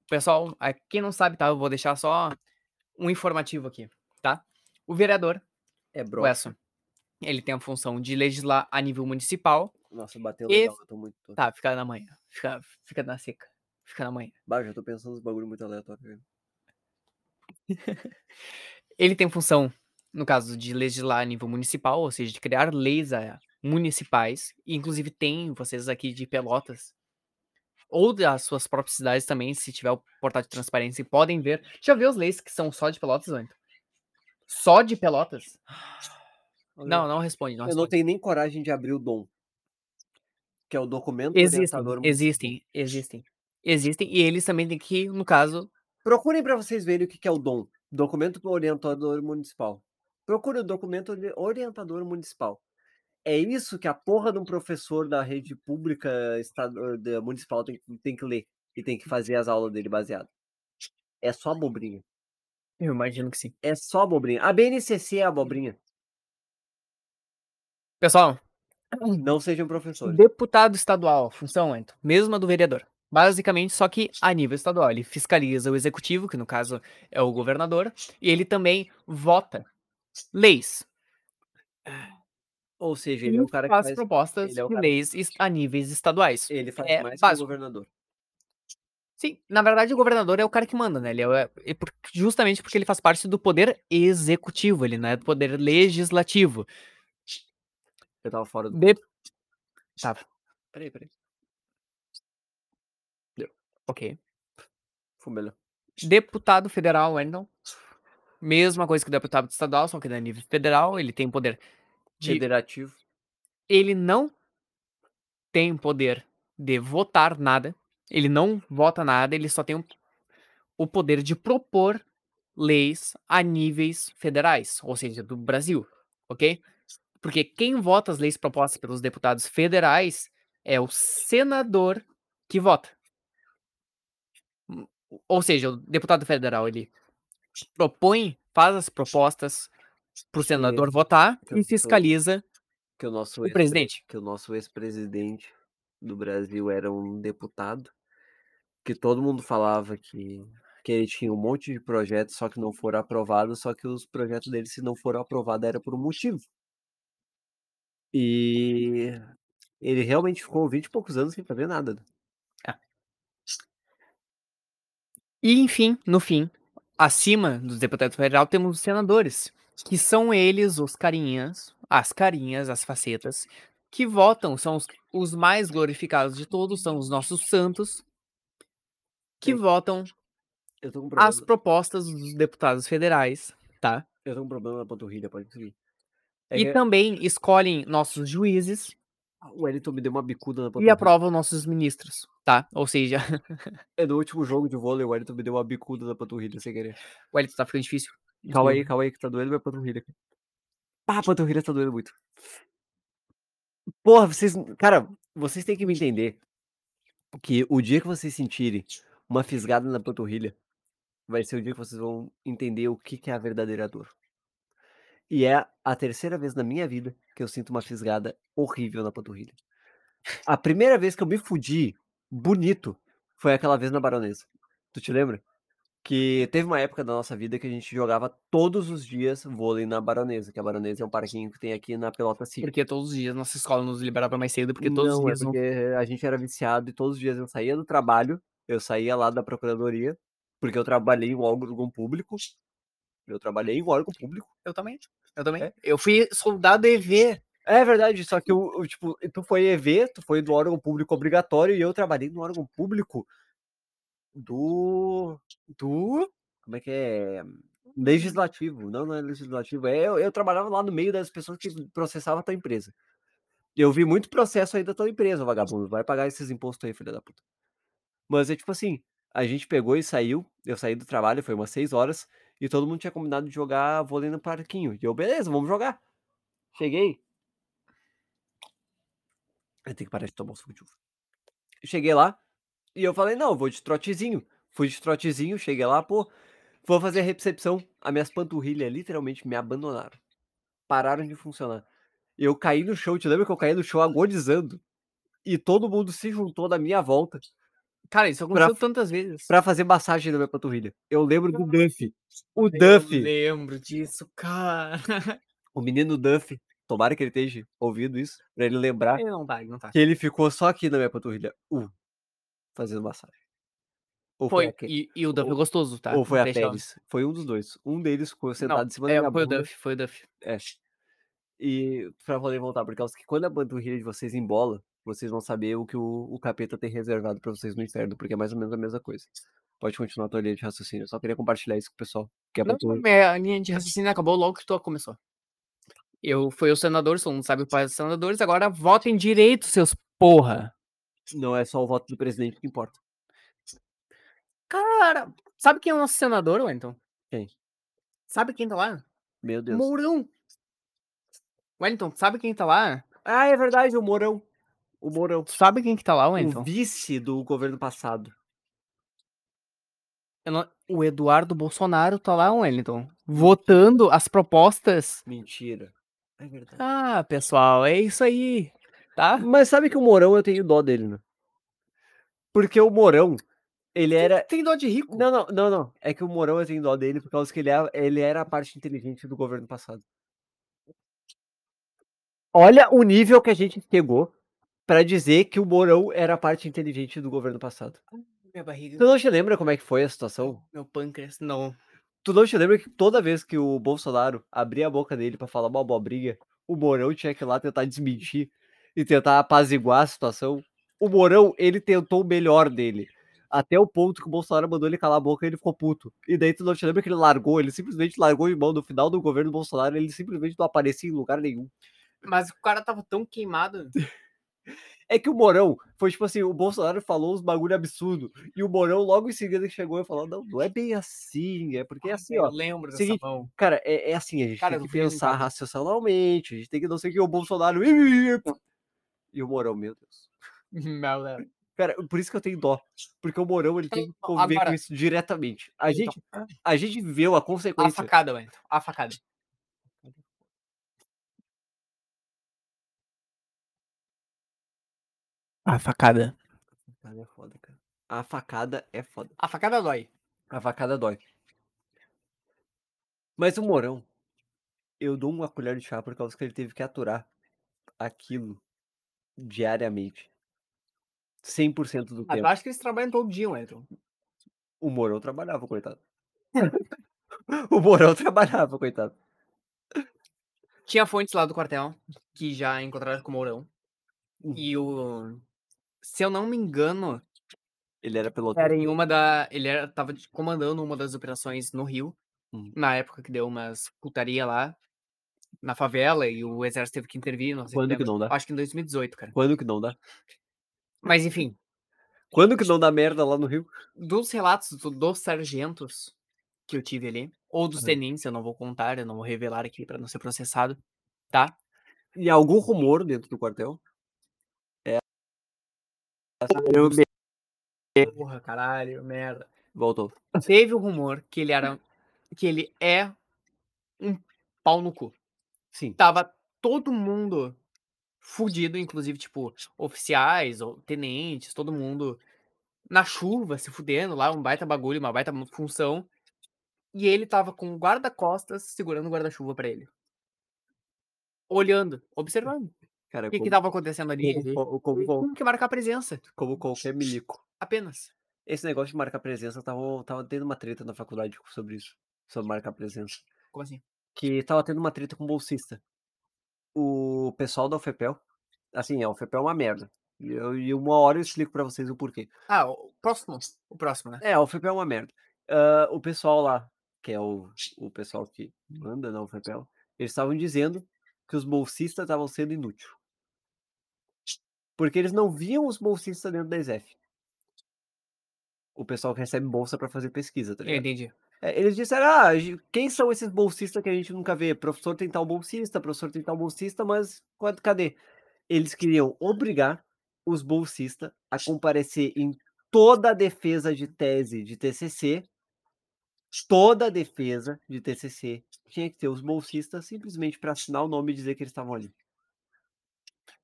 B: Pessoal, a quem não sabe, tá? Eu vou deixar só um informativo aqui, tá? O vereador,
A: É bro.
B: o Edson, ele tem a função de legislar a nível municipal.
A: Nossa, bateu
B: E-
A: legal. Eu tô muito. Tá.
B: Tá, fica na manhã. Fica, fica na seca. Fica na manhã.
A: Bah, já tô pensando nos bagulho muito aleatório. velho.
B: Ele tem função, no caso, de legislar a nível municipal, ou seja, de criar leis ah, municipais. E, inclusive, tem vocês aqui de Pelotas, ou das suas próprias cidades também, se tiver o portal de transparência, e podem ver. Já viu as leis que são só de Pelotas, Wellington? Só de Pelotas?
A: Olha,
B: Não, não responde. Não
A: Eu não
B: responde.
A: tenho nem coragem de abrir o dom. Que é o documento
B: Existem,
A: orientador municipal.
B: existem, existem. Existem, e eles também têm que, no caso,
A: Procurem para vocês verem o que que é o DOM, Documento Orientador Municipal. Procure o Documento Ori- Orientador Municipal. É isso que a porra de um professor da rede pública estado, da municipal tem, tem que ler e tem que fazer as aulas dele baseado. É só abobrinha.
B: eu imagino que sim.
A: É só abobrinha. A BNCC é abobrinha.
B: Pessoal,
A: Não sejam professores.
B: Deputado estadual, função, então, mesma do vereador. Basicamente, só que a nível estadual, ele fiscaliza o executivo, que no caso é o governador, e ele também vota leis.
A: Ou seja, ele é o cara que
B: faz,
A: faz,
B: propostas
A: ele é o
B: de
A: cara que
B: leis es- a níveis estaduais.
A: ele faz
B: é
A: mais que o
B: básico.
A: governador.
B: Sim, na verdade o governador é o cara que manda, né? Ele é, o- é- é por- justamente porque ele faz parte do poder executivo, ele não é do poder legislativo.
A: Eu tava fora do.
B: De... Tá,
A: Peraí, peraí.
B: ok.
A: Foi melhor.
B: Deputado federal, Wendel. Mesma coisa que o deputado estadual, só que na nível federal, ele tem poder de
A: Federativo.
B: ele não tem poder de votar nada, ele não vota nada, ele só tem o- o poder de propor leis a níveis federais, ou seja, do Brasil, ok? Porque quem vota as leis propostas pelos deputados federais é o senador que vota. Hum, Ou seja, o deputado federal ele propõe, faz as propostas para o senador votar
A: que eu
B: e
A: sou-
B: fiscaliza
A: Que o nosso
B: o
A: ex-
B: presidente.
A: que o nosso ex-presidente do Brasil era um deputado, que todo mundo falava que, que ele tinha um monte de projetos, só que não foram aprovados, só que os projetos dele, se não foram aprovados, era por um motivo. E ele realmente ficou 20 e poucos anos sem fazer nada. né?
B: E, enfim, no fim, acima dos deputados federal temos os senadores, que são eles os carinhas, as carinhas, as facetas, que votam, são os, os mais glorificados de todos, são os nossos santos, que
A: Sim.
B: votam
A: Eu tô com um problema,
B: as propostas dos deputados federais, tá?
A: eu tô com um problema na panturrilha, pode seguir. É
B: E
A: que
B: também escolhem nossos juízes
A: o Wellington me deu uma bicuda na
B: e
A: panturrilha.
B: aprovam nossos ministros, tá? Ou seja,
A: É no último jogo de vôlei, o Wellington me deu uma bicuda na panturrilha, sem querer.
B: o Elito tá ficando difícil.
A: Calma
B: Desculpa.
A: aí, calma aí, que tá doendo minha panturrilha. aqui. Pá, a panturrilha tá doendo muito. Porra, vocês. Cara, vocês têm que me entender que o dia que vocês sentirem uma fisgada na panturrilha vai ser o dia que vocês vão entender o que, que é a verdadeira dor. E é a terceira vez na minha vida que eu sinto uma fisgada horrível na panturrilha. A primeira vez que eu me fudi bonito foi aquela vez na Baronesa. Tu te lembra? Que teve uma época da nossa vida que a gente jogava todos os dias vôlei na Baronesa, que a Baronesa é um parquinho que tem aqui na Pelota City.
B: Porque todos os dias nossa escola nos liberava mais cedo, porque todos
A: não,
B: os dias
A: é
B: não.
A: porque a gente era viciado e todos os dias eu saía do trabalho, eu saía lá da procuradoria, porque eu trabalhei em um órgão público. Eu trabalhei em um órgão público.
B: Eu também. Eu também.
A: É.
B: Eu fui soldado EV.
A: É verdade, só que o, o, tipo, tu foi EV, tu foi do órgão público obrigatório e eu trabalhei no órgão público do do como é que é legislativo. Não, não é legislativo. É, eu, eu trabalhava lá no meio das pessoas que processavam a tua empresa. Eu vi muito processo aí da tua empresa, vagabundo. Vai pagar esses impostos aí, filha da puta. Mas é tipo assim, a gente pegou e saiu, eu saí do trabalho, foi umas seis horas, e todo mundo tinha combinado de jogar vôlei no parquinho. E eu, beleza, vamos jogar. Cheguei, eu tenho que parar de tomar o suco de uva. Eu Cheguei lá e eu falei, não, eu vou de trotezinho. Fui de trotezinho, cheguei lá, pô, vou fazer a recepção. As minhas panturrilhas literalmente me abandonaram. Pararam de funcionar. Eu caí no chão, te lembra que eu caí no chão agonizando? E todo mundo se juntou da minha volta
B: Cara, isso
A: Pra-
B: aconteceu tantas vezes.
A: pra fazer massagem na minha panturrilha. Eu lembro do Duff. O
B: Eu
A: Duff,
B: lembro disso, cara.
A: o menino Duff, tomara que ele esteja ouvindo isso, pra ele lembrar
B: Ele não vai, não tá.
A: que ele ficou só aqui na minha panturrilha. Uh, fazendo massagem. Ou
B: Foi,
A: aquele.
B: e, e o Duff é
A: Ou-
B: gostoso, tá?
A: Ou foi a
B: Deixa eu-
A: Pérez. Foi um dos dois. Um deles ficou
B: Não,
A: sentado em cima da
B: é,
A: minha
B: foi o
A: bunda.
B: Duff, foi o Duff.
A: É. E pra poder voltar, por causa que quando a panturrilha de vocês embola, vocês vão saber o que o, o capeta tem reservado pra vocês no inferno, porque é mais ou menos a mesma coisa. Pode continuar a tua linha de raciocínio. Eu só queria compartilhar isso com o pessoal. Que é
B: Não,
A: muito...
B: minha linha de raciocínio acabou logo que tu começou. Eu fui o senador, um todo mundo sabe o pai dos senadores, agora votem direito, seus porra.
A: Não é só o voto do presidente que importa.
B: Cara, sabe quem é o nosso senador, Wellington?
A: Quem?
B: Sabe quem tá lá?
A: Meu Deus.
B: Mourão. Wellington, sabe quem tá lá?
A: Ah, é verdade, o Mourão. O Mourão.
B: Tu sabe quem que tá lá,
A: O
B: Wellington?
A: vice do governo passado.
B: Eu não- O Eduardo Bolsonaro tá lá, Wellington, votando as propostas.
A: Mentira. É verdade.
B: Ah, pessoal, é isso aí, tá?
A: Mas sabe que o Mourão eu tenho dó dele, né? Porque o Mourão, ele era,
B: Tem dó de rico.
A: Não, não, não, não. É que o Mourão eu tenho dó dele por causa que ele, é- ele era a parte inteligente do governo passado. Olha o nível que a gente chegou pra dizer que o Mourão era a parte inteligente do governo passado.
B: Minha
A: Tu
B: barriga,
A: não te lembra como é que foi a situação?
B: meu pâncreas, não.
A: Tu não te lembra que toda vez que o Bolsonaro abria a boca dele pra falar uma abobrinha, o Mourão tinha que ir lá tentar desmentir e tentar apaziguar a situação? O Mourão, ele tentou o melhor dele. Até o ponto que o Bolsonaro mandou ele calar a boca e ele ficou puto. E daí tu não te lembra que ele largou, ele simplesmente largou de mão no final do governo do Bolsonaro, ele simplesmente não aparecia em lugar nenhum.
B: Mas o cara tava tão queimado.
A: É que o Mourão foi tipo assim, o Bolsonaro falou uns bagulho absurdo. E o Mourão logo em seguida que chegou e falou: não, não é bem assim, é porque é assim, ó.
B: Eu lembro dessa
A: seguinte,
B: mão.
A: Cara, é, é assim, a gente
B: Cara, eu
A: tem que
B: fui
A: pensar
B: limitado.
A: racionalmente, a gente tem que não sei o que, o Bolsonaro. E o Mourão, meu Deus.
B: Meu Deus.
A: Cara, por isso que eu tenho dó. Porque o Mourão ele tem que
B: Então,
A: conviver com
B: agora-
A: isso diretamente. A
B: Então,
A: gente, a gente viveu a
B: a
A: consequência.
B: facada, Wellington. A facada. A facada.
A: Cara, é foda, cara. A facada é foda.
B: A facada dói.
A: A facada dói. Mas o Mourão, eu dou uma colher de chá por causa que ele teve que aturar aquilo diariamente. 100% do
B: Mas
A: tempo.
B: eu acho que eles trabalham todo dia, Wellington.
A: O Morão trabalhava, coitado. o Morão trabalhava, coitado.
B: Tinha fontes lá do quartel que já encontraram com o Mourão.
A: Hum.
B: E o. Se eu não me engano,
A: Ele era peloteiro.
B: Era em um uma da. Ele era, tava de- comandando uma das operações no Rio,
A: Uhum.
B: na época que deu umas putaria lá, na favela, e o exército teve que intervir. Não sei se
A: Quando que né?
B: lembra.
A: não dá?
B: Acho que em 2018, cara.
A: Quando que não dá?
B: Mas enfim,
A: Quando que não dá merda lá no Rio?
B: dos relatos do- dos sargentos que eu tive ali, ou dos
A: Aham.
B: tenentes, eu não vou contar, eu não vou revelar aqui pra não ser processado, tá?
A: E algum rumor dentro do quartel? É.
B: um
A: É.
B: Porra, caralho, merda.
A: Voltou.
B: Teve o rumor que ele era. que ele é um pau no cu.
A: Sim.
B: Tava todo mundo fudido, inclusive, tipo, oficiais, ou tenentes, todo mundo na chuva, se fudendo lá, um baita bagulho, uma baita função. E ele tava com o guarda-costas segurando o guarda-chuva pra ele. Olhando, observando.
A: Cara,
B: O que,
A: como,
B: que tava acontecendo ali?
A: como, co- como,
B: Ele
A: co-
B: tinha que marcar presença.
A: como qualquer milico.
B: Apenas.
A: Esse negócio de marcar presença, eu tava, tava tendo uma treta na faculdade sobre isso. Sobre marcar presença.
B: Como assim?
A: que tava tendo uma treta com bolsista. O pessoal da UFPEL, assim, a UFPEL é uma merda. E, eu- e uma hora eu explico pra vocês o porquê.
B: Ah, o próximo. O próximo, né?
A: É, a UFPEL é uma merda. Ah, o pessoal lá, que é o, o pessoal que manda na UFPEL, eles estavam dizendo que os bolsistas estavam sendo inúteis. Porque eles não viam os bolsistas dentro da ESEF. O pessoal que recebe bolsa pra fazer pesquisa, tá
B: Eu
A: ligado?
B: entendi.
A: É, Eles disseram, ah, a gen- quem são esses bolsistas que a gente nunca vê? Professor tem tal bolsista, professor tem tal bolsista, mas quad- cadê? Eles queriam obrigar os bolsistas a comparecer em toda a defesa de tese de TCC, toda a defesa de TCC tinha que ter os bolsistas simplesmente para assinar o nome e dizer que eles estavam ali.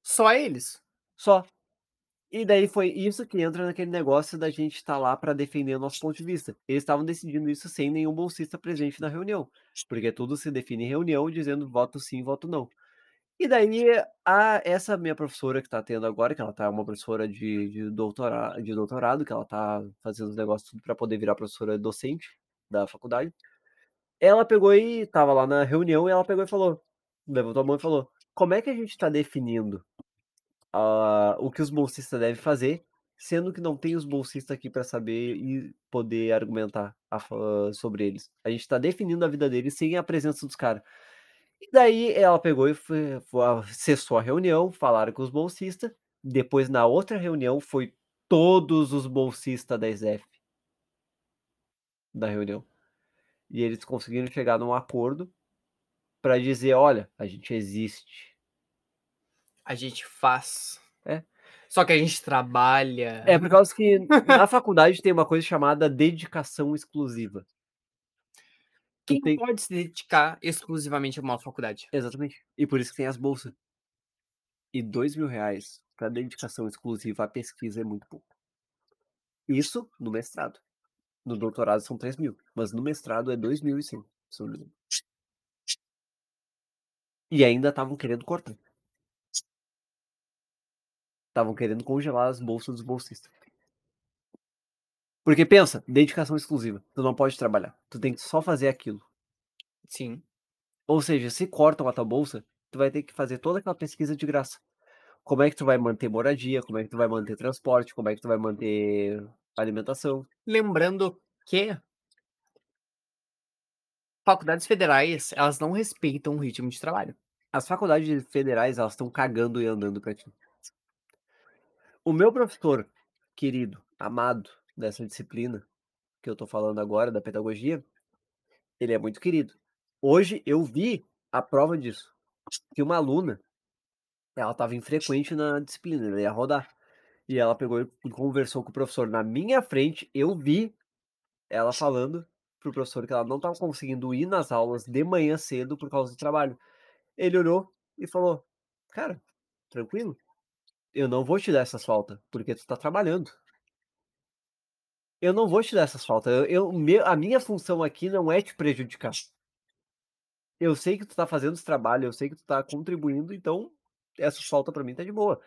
B: Só eles.
A: Só. E daí foi isso que entra naquele negócio da gente estar lá para defender o nosso ponto de vista. Eles estavam decidindo isso sem nenhum bolsista presente na reunião, porque tudo se define em reunião dizendo voto sim, voto não. E daí a essa minha professora que está tendo agora, que ela tá uma professora de, de, doutora, de doutorado, que ela tá fazendo os negócios tudo para poder virar professora docente da faculdade. Ela pegou e tava lá na reunião e ela pegou e falou, levantou a mão e falou: "Como é que a gente está definindo a- ah, o que os bolsistas devem fazer, sendo que não tem os bolsistas aqui para saber e poder argumentar a fa- ah, sobre eles. A gente está definindo a vida deles sem a presença dos caras. E daí ela pegou e foi, foi, a- cessou a reunião, falaram com os bolsistas. Depois, na outra reunião, foi todos os bolsistas da ESEF da reunião. E eles conseguiram chegar num acordo para dizer: olha, a gente existe.
B: A gente faz. né?
A: É.
B: Só que a gente trabalha.
A: É por causa que na faculdade tem uma coisa chamada dedicação exclusiva. Tu
B: Quem
A: tem-
B: pode se dedicar exclusivamente a uma faculdade?
A: Exatamente. E por isso que tem as bolsas. E dois mil reais para dedicação exclusiva à pesquisa é muito pouco. Isso no mestrado. No doutorado são três mil, mas no mestrado é dois mil e cem. se eu não me engano. E ainda estavam querendo cortar. Estavam querendo congelar as bolsas dos bolsistas. Porque pensa, dedicação exclusiva. Tu não pode trabalhar. Tu tem que só fazer aquilo.
B: Sim.
A: Ou seja, se cortam a tua bolsa, tu vai ter que fazer toda aquela pesquisa de graça. Como é que tu vai manter moradia, como é que tu vai manter transporte, como é que tu vai manter alimentação.
B: Lembrando que faculdades federais, elas não respeitam o ritmo de trabalho.
A: As faculdades federais, elas estão cagando e andando pra ti. O meu professor querido, amado dessa disciplina que eu tô falando agora, da pedagogia, ele é muito querido. Hoje eu vi a prova disso. Que uma aluna, ela estava infrequente na disciplina, ela ia rodar. E ela pegou e conversou com o professor na minha frente, eu vi ela falando pro professor que ela não estava conseguindo ir nas aulas de manhã cedo por causa do trabalho. Ele olhou e falou: "Cara, tranquilo. Eu não vou te dar essas faltas, porque tu tá trabalhando. Eu não vou te dar essas faltas. Eu, eu- meu- a minha função aqui não é te prejudicar. Eu sei que tu tá fazendo esse trabalho, eu sei que tu tá contribuindo, então essas faltas pra mim tá de boa.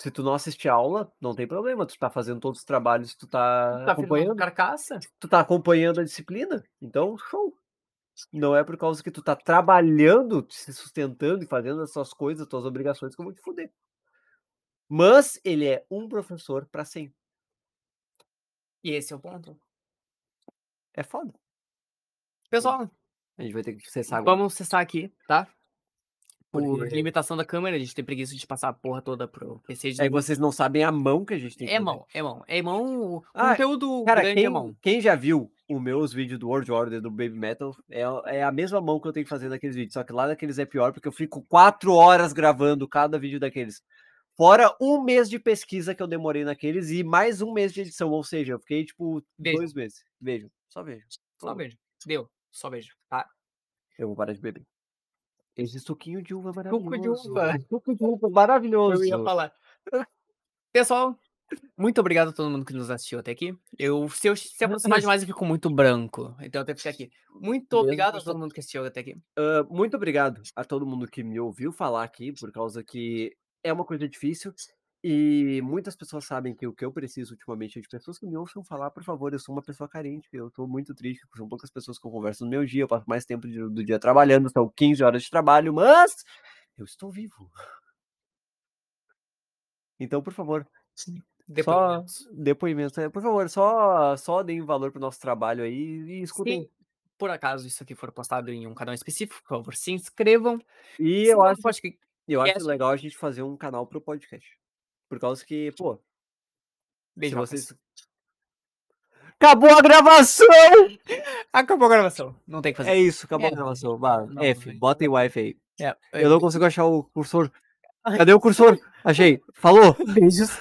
A: Se tu não assistir a aula, não tem problema. Tu tá fazendo todos os trabalhos, tu tá
B: Tá
A: acompanhando
B: firmando carcaça?
A: tu tá acompanhando a disciplina, então show. Não é por causa que tu tá trabalhando, se sustentando e fazendo as suas coisas, tuas obrigações, que eu vou te fuder. Mas ele é um professor pra 100.
B: E esse é o ponto.
A: É foda.
B: Pessoal,
A: A gente vai ter que É cessar agora.
B: vamos cessar aqui, tá? Por
A: Porque-
B: limitação da câmera, a gente tem preguiça de passar a porra toda pro PC de
A: É que vocês não sabem a mão que a gente tem que
B: É
A: fazer.
B: mão, é mão. É mão. O
A: Ah,
B: conteúdo
A: Cara,
B: grande
A: quem,
B: é mão.
A: quem já viu os meus vídeos do World Order, do Baby Metal, é, é a mesma mão que eu tenho que fazer naqueles vídeos. Só que lá naqueles é pior, porque eu fico quatro horas gravando cada vídeo daqueles. Fora um mês de pesquisa que eu demorei naqueles e mais um mês de edição. Ou seja, eu fiquei, tipo,
B: Beijo.
A: dois meses. Vejam, só vejam.
B: Só beijo. Deu. Só beijo. Tá?
A: Eu vou parar de beber. Esse suquinho de uva
B: Suco de
A: maravilhoso.
B: uva.
A: Suco de uva maravilhoso.
B: Eu ia falar. Pessoal, muito obrigado a todo mundo que nos assistiu até aqui. Eu, se eu se aproximar demais, eu fico muito branco. Então eu tenho que ficar aqui. Muito
A: Mesmo
B: obrigado a
A: pessoal.
B: todo mundo que assistiu até aqui.
A: Ah, muito obrigado a todo mundo que me ouviu falar aqui, por causa que é uma coisa difícil. E muitas pessoas sabem que o que eu preciso ultimamente é de pessoas que me ouçam falar, por favor, eu sou uma pessoa carente, eu tô muito triste, são poucas pessoas que eu converso no meu dia, eu passo mais tempo de- do dia trabalhando, são 15 horas de trabalho, mas eu estou vivo. Então, por favor,
B: Depois.
A: depoimentos, é, por favor, só, só deem valor pro nosso trabalho aí e escutem.
B: Se por acaso isso aqui for postado em um canal específico, por favor, se inscrevam.
A: E
B: Se
A: eu
B: não,
A: acho
B: pode que-
A: Eu acho
B: Yes.
A: legal a gente fazer um canal pro podcast. Por causa que,
B: Tipo,
A: pô, se
B: Beijo, vocês.
A: vocês. Acabou a gravação!
B: Acabou a gravação. Não tem o que fazer.
A: É isso, acabou
B: É,
A: a gravação. Bah,
B: não,
A: F,
B: não.
A: bota em Wi-Fi aí.
B: É,
A: Eu não consigo achar o cursor. Cadê o cursor? Achei. Falou!
B: Beijos.